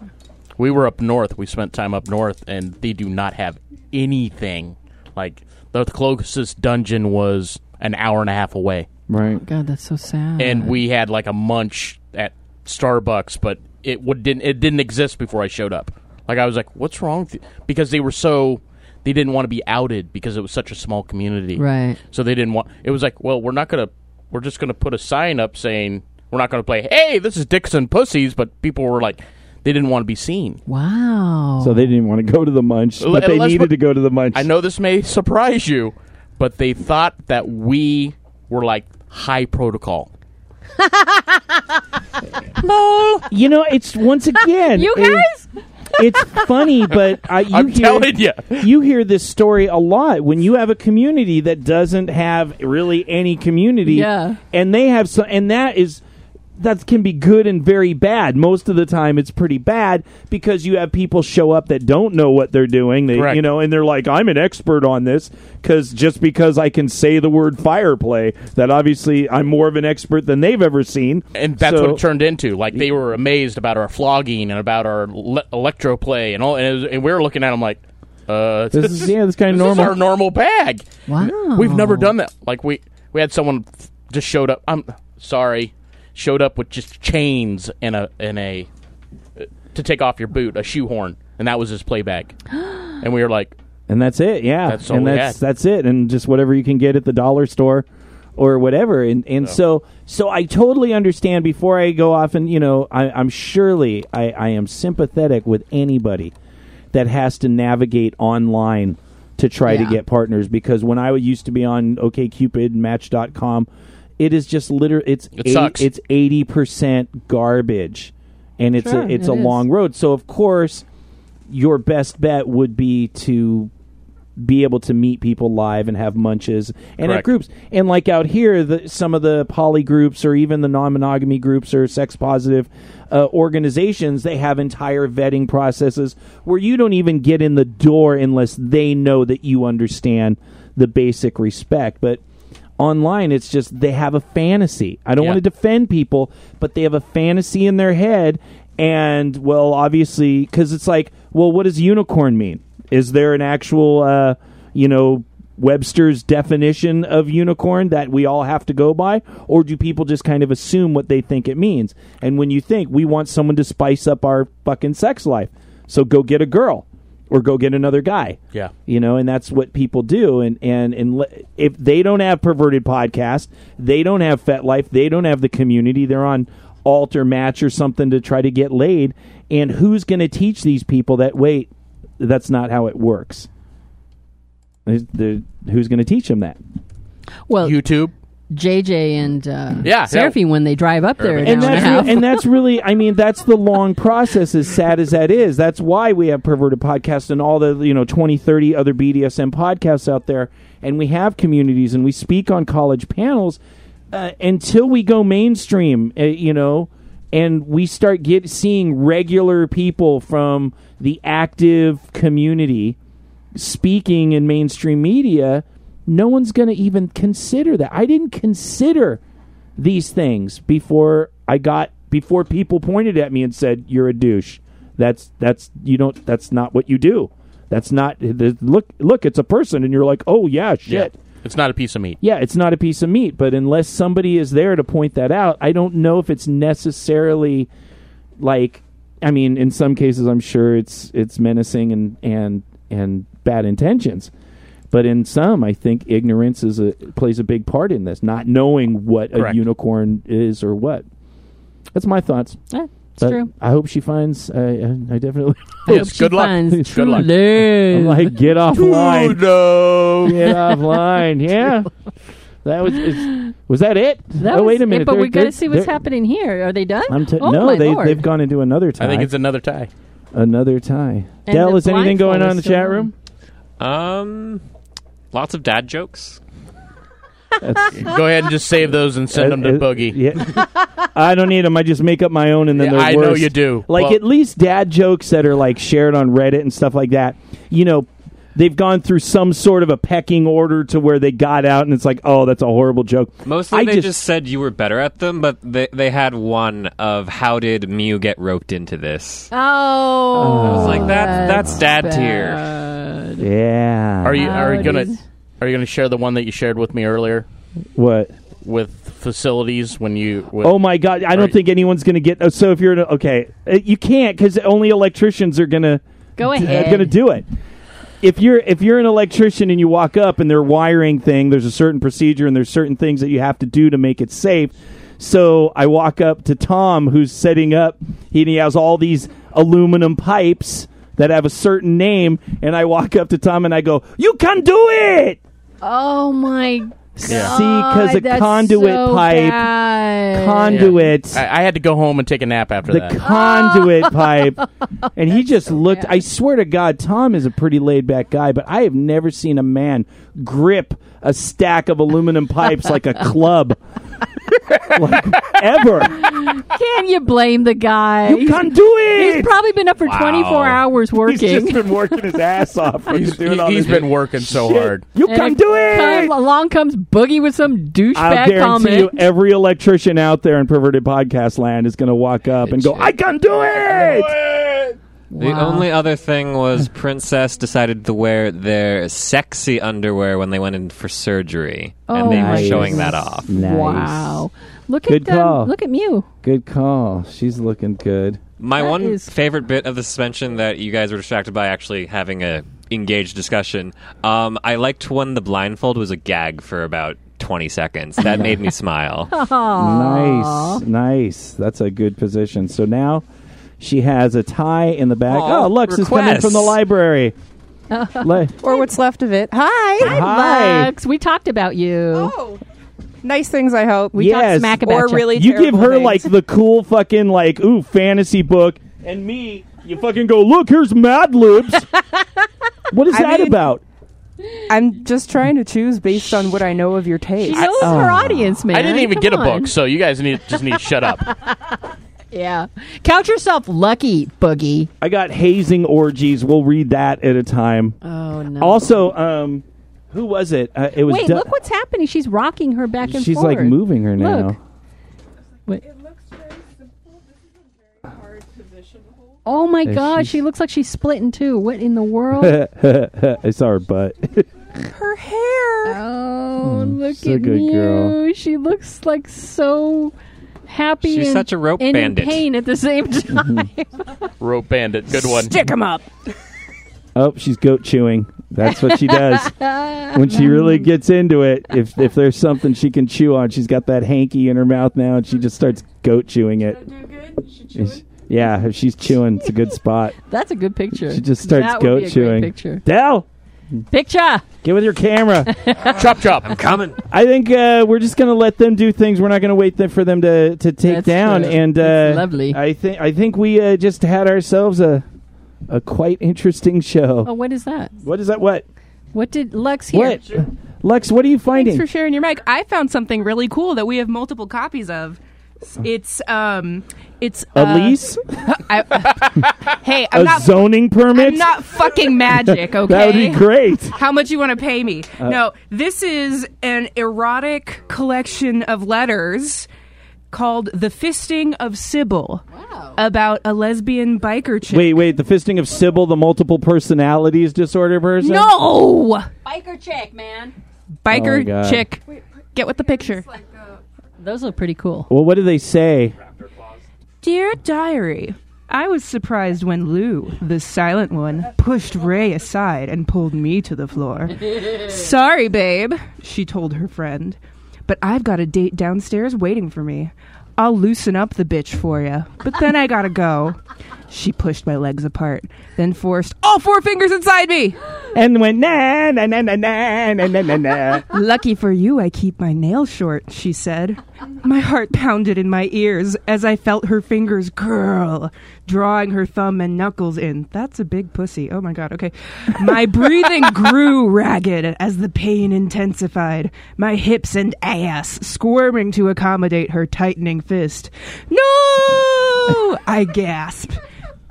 Speaker 4: we were up north. We spent time up north, and they do not have anything. Like the closest dungeon was an hour and a half away,
Speaker 2: Right.
Speaker 1: God, that's so sad.
Speaker 4: and we had like a munch at Starbucks, but it would didn't it didn't exist before I showed up. Like I was like, "What's wrong?" With you? Because they were so they didn't want to be outed because it was such a small community,
Speaker 1: Right.
Speaker 4: So they didn't want. It was like, "Well, we're not gonna we're just gonna put a sign up saying we're not gonna play. Hey, this is Dixon Pussies," but people were like, they didn't want to be seen.
Speaker 1: Wow.
Speaker 2: So they didn't want to go to the munch,
Speaker 4: Well,
Speaker 2: but they
Speaker 4: unless
Speaker 2: needed
Speaker 4: what-
Speaker 2: to go to the munch.
Speaker 4: I know this may surprise you, but they thought that we were like high protocol.
Speaker 2: You know, it's once again.
Speaker 1: You
Speaker 2: it- it's funny, but I, you
Speaker 4: I'm
Speaker 2: hear,
Speaker 4: telling ya.
Speaker 2: you hear this story a lot when you have a community that doesn't have really any community,
Speaker 1: Yeah.
Speaker 2: and they have some, and that is that can be good and very bad. Most of the time, it's pretty bad because you have people show up that don't know what they're doing. They,
Speaker 4: Correct.
Speaker 2: you know, and they're like, "I'm an expert on this," because just because I can say the word fire play, that obviously I'm more of an expert than they've ever seen,
Speaker 4: And that's
Speaker 2: So-
Speaker 4: what it turned into. Like they were amazed about our flogging and about our le- electro play and all. And, it was, and we were looking at them like, uh,
Speaker 2: This is- yeah, this is kinda
Speaker 4: this
Speaker 2: normal.
Speaker 4: our normal bag.
Speaker 1: Wow.
Speaker 4: We've never done that. Like we we had someone just showed up. I'm sorry, showed up with just chains and a and a to take off your boot, a shoehorn, and that was his play bag. and we were like,
Speaker 2: And that's it, yeah.
Speaker 4: That's all
Speaker 2: and
Speaker 4: we
Speaker 2: that's
Speaker 4: had.
Speaker 2: that's it, and just whatever you can get at the dollar store or whatever. And and so so I totally understand. Before I go off, and you know, I, I'm surely I, I am sympathetic with anybody that has to navigate online to try to
Speaker 1: Yeah.
Speaker 2: get partners because when I used to be on OKCupid, Match.com, it is just literally it's eight-
Speaker 4: sucks.
Speaker 2: it's eighty percent garbage, and it's
Speaker 1: Sure,
Speaker 2: a, it's
Speaker 1: it
Speaker 2: a
Speaker 1: is.
Speaker 2: long road. So of course your best bet would be to be able to meet people live and have munches and at
Speaker 4: Correct.
Speaker 2: groups and like out here the, some of the poly groups or even the non-monogamy groups or sex positive uh, organizations they have entire vetting processes where you don't even get in the door unless they know that you understand the basic respect but online it's just they have a fantasy i don't
Speaker 4: Yeah.
Speaker 2: want to defend people but they have a fantasy in their head and well obviously because it's like well what does unicorn mean is there an actual uh, you know webster's definition of unicorn that we all have to go by or do people just kind of assume what they think it means and when you think we want someone to spice up our fucking sex life so go get a girl or go get another guy
Speaker 4: Yeah.
Speaker 2: you know and that's what people do and and and le- if they don't have perverted podcast they don't have fet life they don't have the community they're on alt or match or something to try to get laid and who's going to teach these people that wait that's not how it works There's- there- who's going to teach them that
Speaker 1: Well,
Speaker 4: YouTube.
Speaker 1: JJ and uh,
Speaker 4: Yeah,
Speaker 1: Seraphine,
Speaker 4: yeah.
Speaker 1: when they drive up there, an
Speaker 2: and
Speaker 1: hour and a
Speaker 2: that's
Speaker 1: half.
Speaker 2: re- and that's really I mean that's the long process as sad as that is that's why we have perverted podcasts and all the you know 20 30 other BDSM podcasts out there and we have communities and we speak on college panels uh, until we go mainstream uh, you know and we start get seeing regular people from the active community speaking in mainstream media, no one's going to even consider that. I didn't consider these things before I got before people pointed at me and said you're a douche. That's that's you don't that's not what you do. That's not the- look look it's a person and you're like, "Oh yeah, shit."
Speaker 4: Yeah. It's not a piece of meat.
Speaker 2: yeah, it's not a piece of meat, but unless somebody is there to point that out, I don't know if it's necessarily like I mean, in some cases I'm sure it's it's menacing and and and bad intentions. But in some, I think ignorance is a plays a big part in this, not knowing what
Speaker 4: Correct.
Speaker 2: a unicorn is or what. That's my thoughts.
Speaker 1: Yeah, it's
Speaker 2: But
Speaker 1: true.
Speaker 2: I hope she finds. I, I, I definitely
Speaker 4: Yes,
Speaker 1: Hope she
Speaker 4: good luck.
Speaker 1: finds
Speaker 4: Good luck.
Speaker 1: true
Speaker 2: I'm
Speaker 1: love.
Speaker 2: like get offline,
Speaker 4: no.
Speaker 2: get offline. Yeah, That was is, was that it?
Speaker 1: That
Speaker 2: oh
Speaker 1: was
Speaker 2: wait a
Speaker 1: it,
Speaker 2: minute!
Speaker 1: but
Speaker 2: They're-
Speaker 1: we got
Speaker 2: they're-
Speaker 1: to see what's
Speaker 2: they're-
Speaker 1: happening here. Are they done?
Speaker 2: I'm t-
Speaker 1: oh
Speaker 2: no,
Speaker 1: my
Speaker 2: they
Speaker 1: lord!
Speaker 2: they've gone into another tie.
Speaker 4: I think it's another tie.
Speaker 2: another tie.
Speaker 1: And
Speaker 2: Dell,
Speaker 1: the
Speaker 2: is anything
Speaker 1: blindfold
Speaker 2: going on
Speaker 1: is
Speaker 2: in the
Speaker 1: still
Speaker 2: chat
Speaker 1: on.
Speaker 2: room?
Speaker 8: Um, lots of dad jokes.
Speaker 4: Go ahead and just save those and send them
Speaker 2: Uh,
Speaker 4: to
Speaker 2: uh,
Speaker 4: Boogie.
Speaker 2: Yeah. I don't need them. I just make up my own, and then
Speaker 4: Yeah,
Speaker 2: they're
Speaker 4: I know
Speaker 2: worse.
Speaker 4: you do.
Speaker 2: Like
Speaker 4: Well-
Speaker 2: at least dad jokes that are like shared on Reddit and stuff like that. You know, they've gone through some sort of a pecking order to where they got out, and it's like, oh, that's a horrible joke.
Speaker 8: Mostly,
Speaker 2: I
Speaker 8: they
Speaker 2: just-
Speaker 8: just, said you were better at them, but they they had one of how did Mew get roped into this?
Speaker 1: Oh,
Speaker 8: I was like that. That's dad tier.
Speaker 2: Yeah.
Speaker 4: Are you are
Speaker 1: Howdy.
Speaker 4: you gonna are you gonna share the one that you shared with me earlier
Speaker 2: what?
Speaker 4: with facilities when you? With,
Speaker 2: Oh my god! I don't
Speaker 4: you-
Speaker 2: think anyone's going to get. Oh, so if you're in a, okay, Uh, you can't because only electricians are going to
Speaker 1: Go
Speaker 2: going
Speaker 1: ahead.
Speaker 2: to do it. If you're if you're an electrician and you walk up and they're wiring thing, there's a certain procedure and there's certain things that you have to do to make it safe. So I walk up to Tom who's setting up. He, he has all these aluminum pipes that have a certain name, and I walk up to Tom and I go, "You can do it."
Speaker 1: Oh my god!
Speaker 2: See, because a
Speaker 1: that's
Speaker 2: conduit
Speaker 1: so
Speaker 2: pipe,
Speaker 1: bad.
Speaker 2: conduit.
Speaker 4: I, I had to go home and take a nap after
Speaker 2: the
Speaker 4: that.
Speaker 2: conduit pipe. And he just looked. I swear to God, Tom is a pretty laid back guy, but I have never seen a man grip a stack of aluminum pipes like a club. like, ever.
Speaker 1: Can you blame the guy?
Speaker 2: You
Speaker 1: He's-
Speaker 2: can't do it.
Speaker 1: He's probably been up for 24 hours
Speaker 2: He's just
Speaker 1: working.
Speaker 2: been working his ass off. for
Speaker 4: He's,
Speaker 2: doing all
Speaker 4: he's
Speaker 2: this
Speaker 4: been working so
Speaker 2: shit.
Speaker 4: hard.
Speaker 2: You
Speaker 1: And
Speaker 2: can't
Speaker 1: if
Speaker 2: do it.
Speaker 1: come- along comes Boogie with some
Speaker 2: I'll
Speaker 1: douchebag
Speaker 2: guarantee
Speaker 1: comment.
Speaker 2: you, every electrician out there in perverted podcast land is going to walk up and go,
Speaker 8: Shit.
Speaker 2: "I can do it."
Speaker 8: The only other thing was Princess decided to wear their sexy underwear when they went in for surgery,
Speaker 1: Oh
Speaker 8: and they
Speaker 1: my
Speaker 8: were showing that
Speaker 2: goodness.
Speaker 8: off.
Speaker 2: Nice.
Speaker 1: Wow. Look
Speaker 2: Good
Speaker 1: at
Speaker 2: call.
Speaker 1: um, look at Mew.
Speaker 2: Good call. She's looking good.
Speaker 8: My
Speaker 1: That
Speaker 8: one
Speaker 1: is-
Speaker 8: favorite bit of the suspension that you guys were distracted by actually having a engaged discussion. Um, I liked when the blindfold was a gag for about twenty seconds. That made me smile.
Speaker 2: Nice, nice. That's a good position. So now she has a tie in the back.
Speaker 8: Aw,
Speaker 2: oh, Lux is coming
Speaker 8: requests.
Speaker 2: from the library. Le-
Speaker 9: or what's left of it. Hi.
Speaker 2: Hi.
Speaker 1: Lux, we talked about you.
Speaker 9: Oh, nice things. I hope
Speaker 1: we
Speaker 2: yes.
Speaker 1: talked smack about
Speaker 9: or
Speaker 1: you.
Speaker 9: really,
Speaker 2: You give
Speaker 9: terrible
Speaker 2: her
Speaker 9: things.
Speaker 2: like the cool fucking like ooh fantasy book, and me, you fucking go look. Here's Mad Libs. what is
Speaker 9: I
Speaker 2: that
Speaker 9: mean-
Speaker 2: about?
Speaker 9: I'm just trying to choose based on what I know of your
Speaker 1: She
Speaker 9: taste.
Speaker 1: knows her
Speaker 2: Oh.
Speaker 1: audience, man.
Speaker 4: I didn't even
Speaker 1: Come
Speaker 4: get a
Speaker 1: on.
Speaker 4: book, so you guys need just need to shut up.
Speaker 1: Yeah. Count yourself lucky, Boogie.
Speaker 2: I got hazing orgies. We'll read that at a time.
Speaker 1: Oh no.
Speaker 2: also, um, who was it? Uh, it was.
Speaker 1: Wait,
Speaker 2: Du-
Speaker 1: look what's happening. She's rocking her back and
Speaker 2: She's
Speaker 1: forth.
Speaker 2: like moving her now.
Speaker 1: Look. Oh my god,
Speaker 2: she's-
Speaker 1: she looks like she's split in two. What in the world?
Speaker 2: I saw her butt.
Speaker 9: her hair.
Speaker 1: oh, look
Speaker 2: Mm, she's a
Speaker 1: at
Speaker 2: good
Speaker 1: you.
Speaker 2: girl.
Speaker 1: She looks like so happy.
Speaker 8: She's
Speaker 1: and,
Speaker 8: such a rope
Speaker 1: and
Speaker 8: bandit.
Speaker 1: in pain at the same time.
Speaker 4: Rope bandit, good one.
Speaker 9: Stick 'em up.
Speaker 2: Oh, she's goat chewing. That's what she does. when she really gets into it, if if there's something she can chew on, she's got that hanky in her mouth now and she just starts goat chewing it. Is- Yeah, if she's chewing, it's a good spot.
Speaker 1: That's a good picture.
Speaker 2: She just starts
Speaker 1: that would
Speaker 2: goat
Speaker 1: be a
Speaker 2: chewing.
Speaker 1: Great picture.
Speaker 2: Dell,
Speaker 1: Picture.
Speaker 2: get with your camera.
Speaker 4: chop chop.
Speaker 8: Coming.
Speaker 2: I think uh, we're just going to let them do things. We're not going to wait th- for them to, to take
Speaker 1: That's
Speaker 2: down.
Speaker 1: true.
Speaker 2: And uh,
Speaker 1: That's lovely.
Speaker 2: I think I think we uh, just had ourselves a a quite interesting show.
Speaker 1: Oh, what is that?
Speaker 2: What is that? What?
Speaker 1: What did Lux hear?
Speaker 2: What? Lex, what are you
Speaker 10: Thanks
Speaker 2: finding?
Speaker 10: for sharing your mic. I found something really cool that we have multiple copies of. S- It's um, it's uh,
Speaker 2: Elise?
Speaker 10: I, hey,
Speaker 2: a
Speaker 10: I'm not.
Speaker 2: zoning permit?
Speaker 10: I'm not fucking magic, okay?
Speaker 2: That would be great. Uh,
Speaker 10: How much you want to pay me? no, this is an erotic collection of letters called "The Fisting of Sybil," wow. about a lesbian biker chick.
Speaker 2: Wait, wait. The fisting of Sybil, the multiple personalities disorder person.
Speaker 10: no,
Speaker 1: Biker chick, man.
Speaker 2: Oh my
Speaker 10: biker
Speaker 2: God.
Speaker 10: chick. Get with the picture.
Speaker 1: Those look pretty cool.
Speaker 2: Well, what do they say?
Speaker 10: Dear Diary, I was surprised when Lou, the silent one, pushed Ray aside and pulled me to the floor. Sorry, babe, she told her friend, but I've got a date downstairs waiting for me. I'll loosen up the bitch for you, but then I gotta go. She pushed my legs apart, then forced all four fingers inside me.
Speaker 2: And went na na na na na na na na.
Speaker 10: Lucky for you, I keep my nails short, she said. My heart pounded in my ears as I felt her fingers curl, drawing her thumb and knuckles in. That's a big pussy. Oh my god, okay. My breathing grew ragged as the pain intensified, my hips and ass squirming to accommodate her tightening fist. No! I gasped.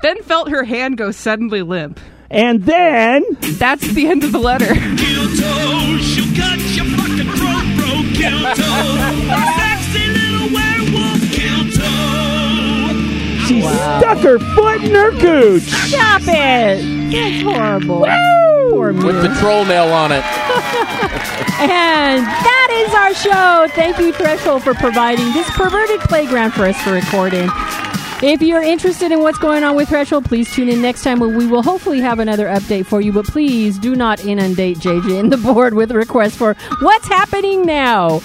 Speaker 10: Then felt her hand go suddenly limp.
Speaker 2: And then.
Speaker 10: That's the end of the letter.
Speaker 11: Toe, she'll cut your fucking throat, bro. Kill toe. Sexy little werewolf, kill toe.
Speaker 2: She stuck her foot in her cooch.
Speaker 1: Stop it! That's horrible. Poor
Speaker 4: With
Speaker 1: me.
Speaker 4: the troll nail on it.
Speaker 1: And that is our show. Thank you, Threshold, for providing this perverted playground for us to record in. If you're interested in what's going on with Threshold, please tune in next time when we will hopefully have another update for you. But please do not inundate JJ and the board with requests for what's happening now.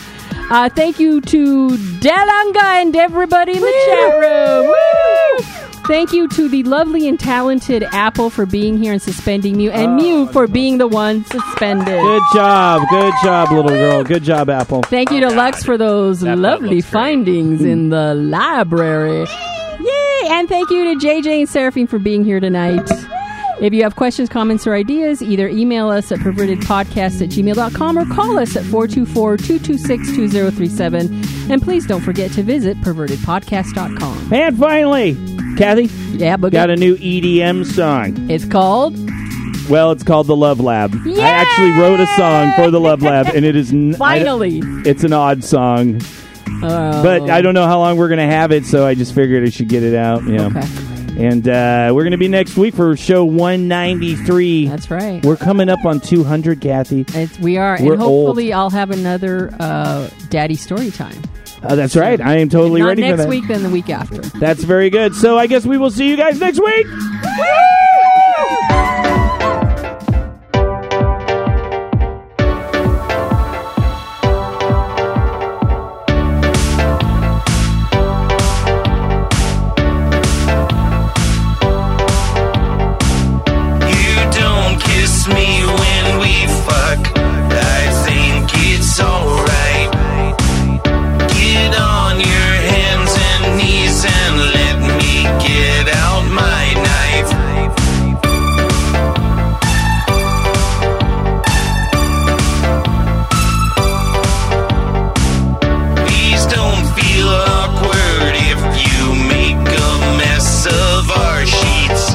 Speaker 1: Uh, thank you to Delanga and everybody in the chat room. Woo! Thank you to the lovely and talented Apple for being here and suspending Mew, and Mew for being the one suspended.
Speaker 2: Good job. Good job, little girl. Good job, Apple.
Speaker 1: Thank you to Lux for those lovely findings in the library. Yay! And thank you to JJ and Seraphine for being here tonight. If you have questions, comments, or ideas, either email us at pervertedpodcast at gmail.com or call us at 424 226 2037. And please don't forget to visit pervertedpodcast.com.
Speaker 2: And finally, Kathy,
Speaker 1: Yeah, Boogie.
Speaker 2: got a new EDM song.
Speaker 1: it's called
Speaker 2: Well, it's called The Love Lab.
Speaker 1: Yay!
Speaker 2: I actually wrote a song for The Love Lab, and it is. N- I-
Speaker 1: Finally.
Speaker 2: it's an odd song, but
Speaker 1: Oh.
Speaker 2: I don't know how long we're going to have it, so I just figured I should get it out. Yeah.
Speaker 1: Oh, Okay.
Speaker 2: And uh, we're going to be next week for show 193.
Speaker 1: That's right.
Speaker 2: We're coming up on 200, Kathy.
Speaker 1: It's, we are,
Speaker 2: We're
Speaker 1: and hopefully I'll have another uh, daddy story time.
Speaker 2: Oh, that's right. I am totally
Speaker 1: Not
Speaker 2: ready for
Speaker 1: next
Speaker 2: that.
Speaker 1: week, then the week after.
Speaker 2: That's very good. So I guess we will see you guys next week.
Speaker 11: You don't kiss me when we fuck. I think it's alright. Get on your hands and knees and let me get out my knife. Please don't feel awkward if you make a mess of our sheets.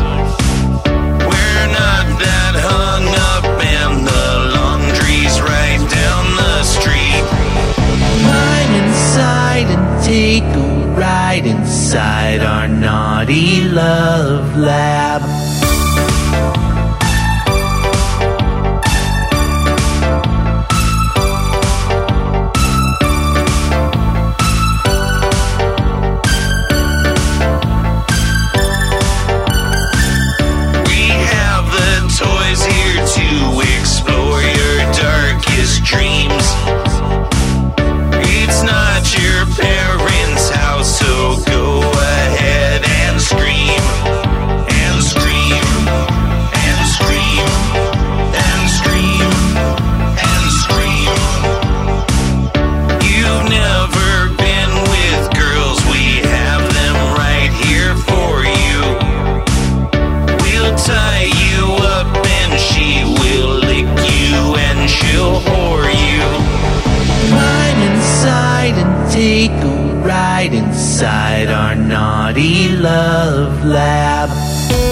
Speaker 11: We're not that hung up, and the laundry's right down the street. Mine inside and take a ride inside our naughty love lab. We have the toys here to explore your darkest dreams. It's not your parents' house, so go ahead and scream. And scream. And scream. And scream. And scream. You've never been with girls, we have them right here for you. We'll tie you up and she will lick you and she'll whore you. Mine inside and take a ride inside our naughty love lab.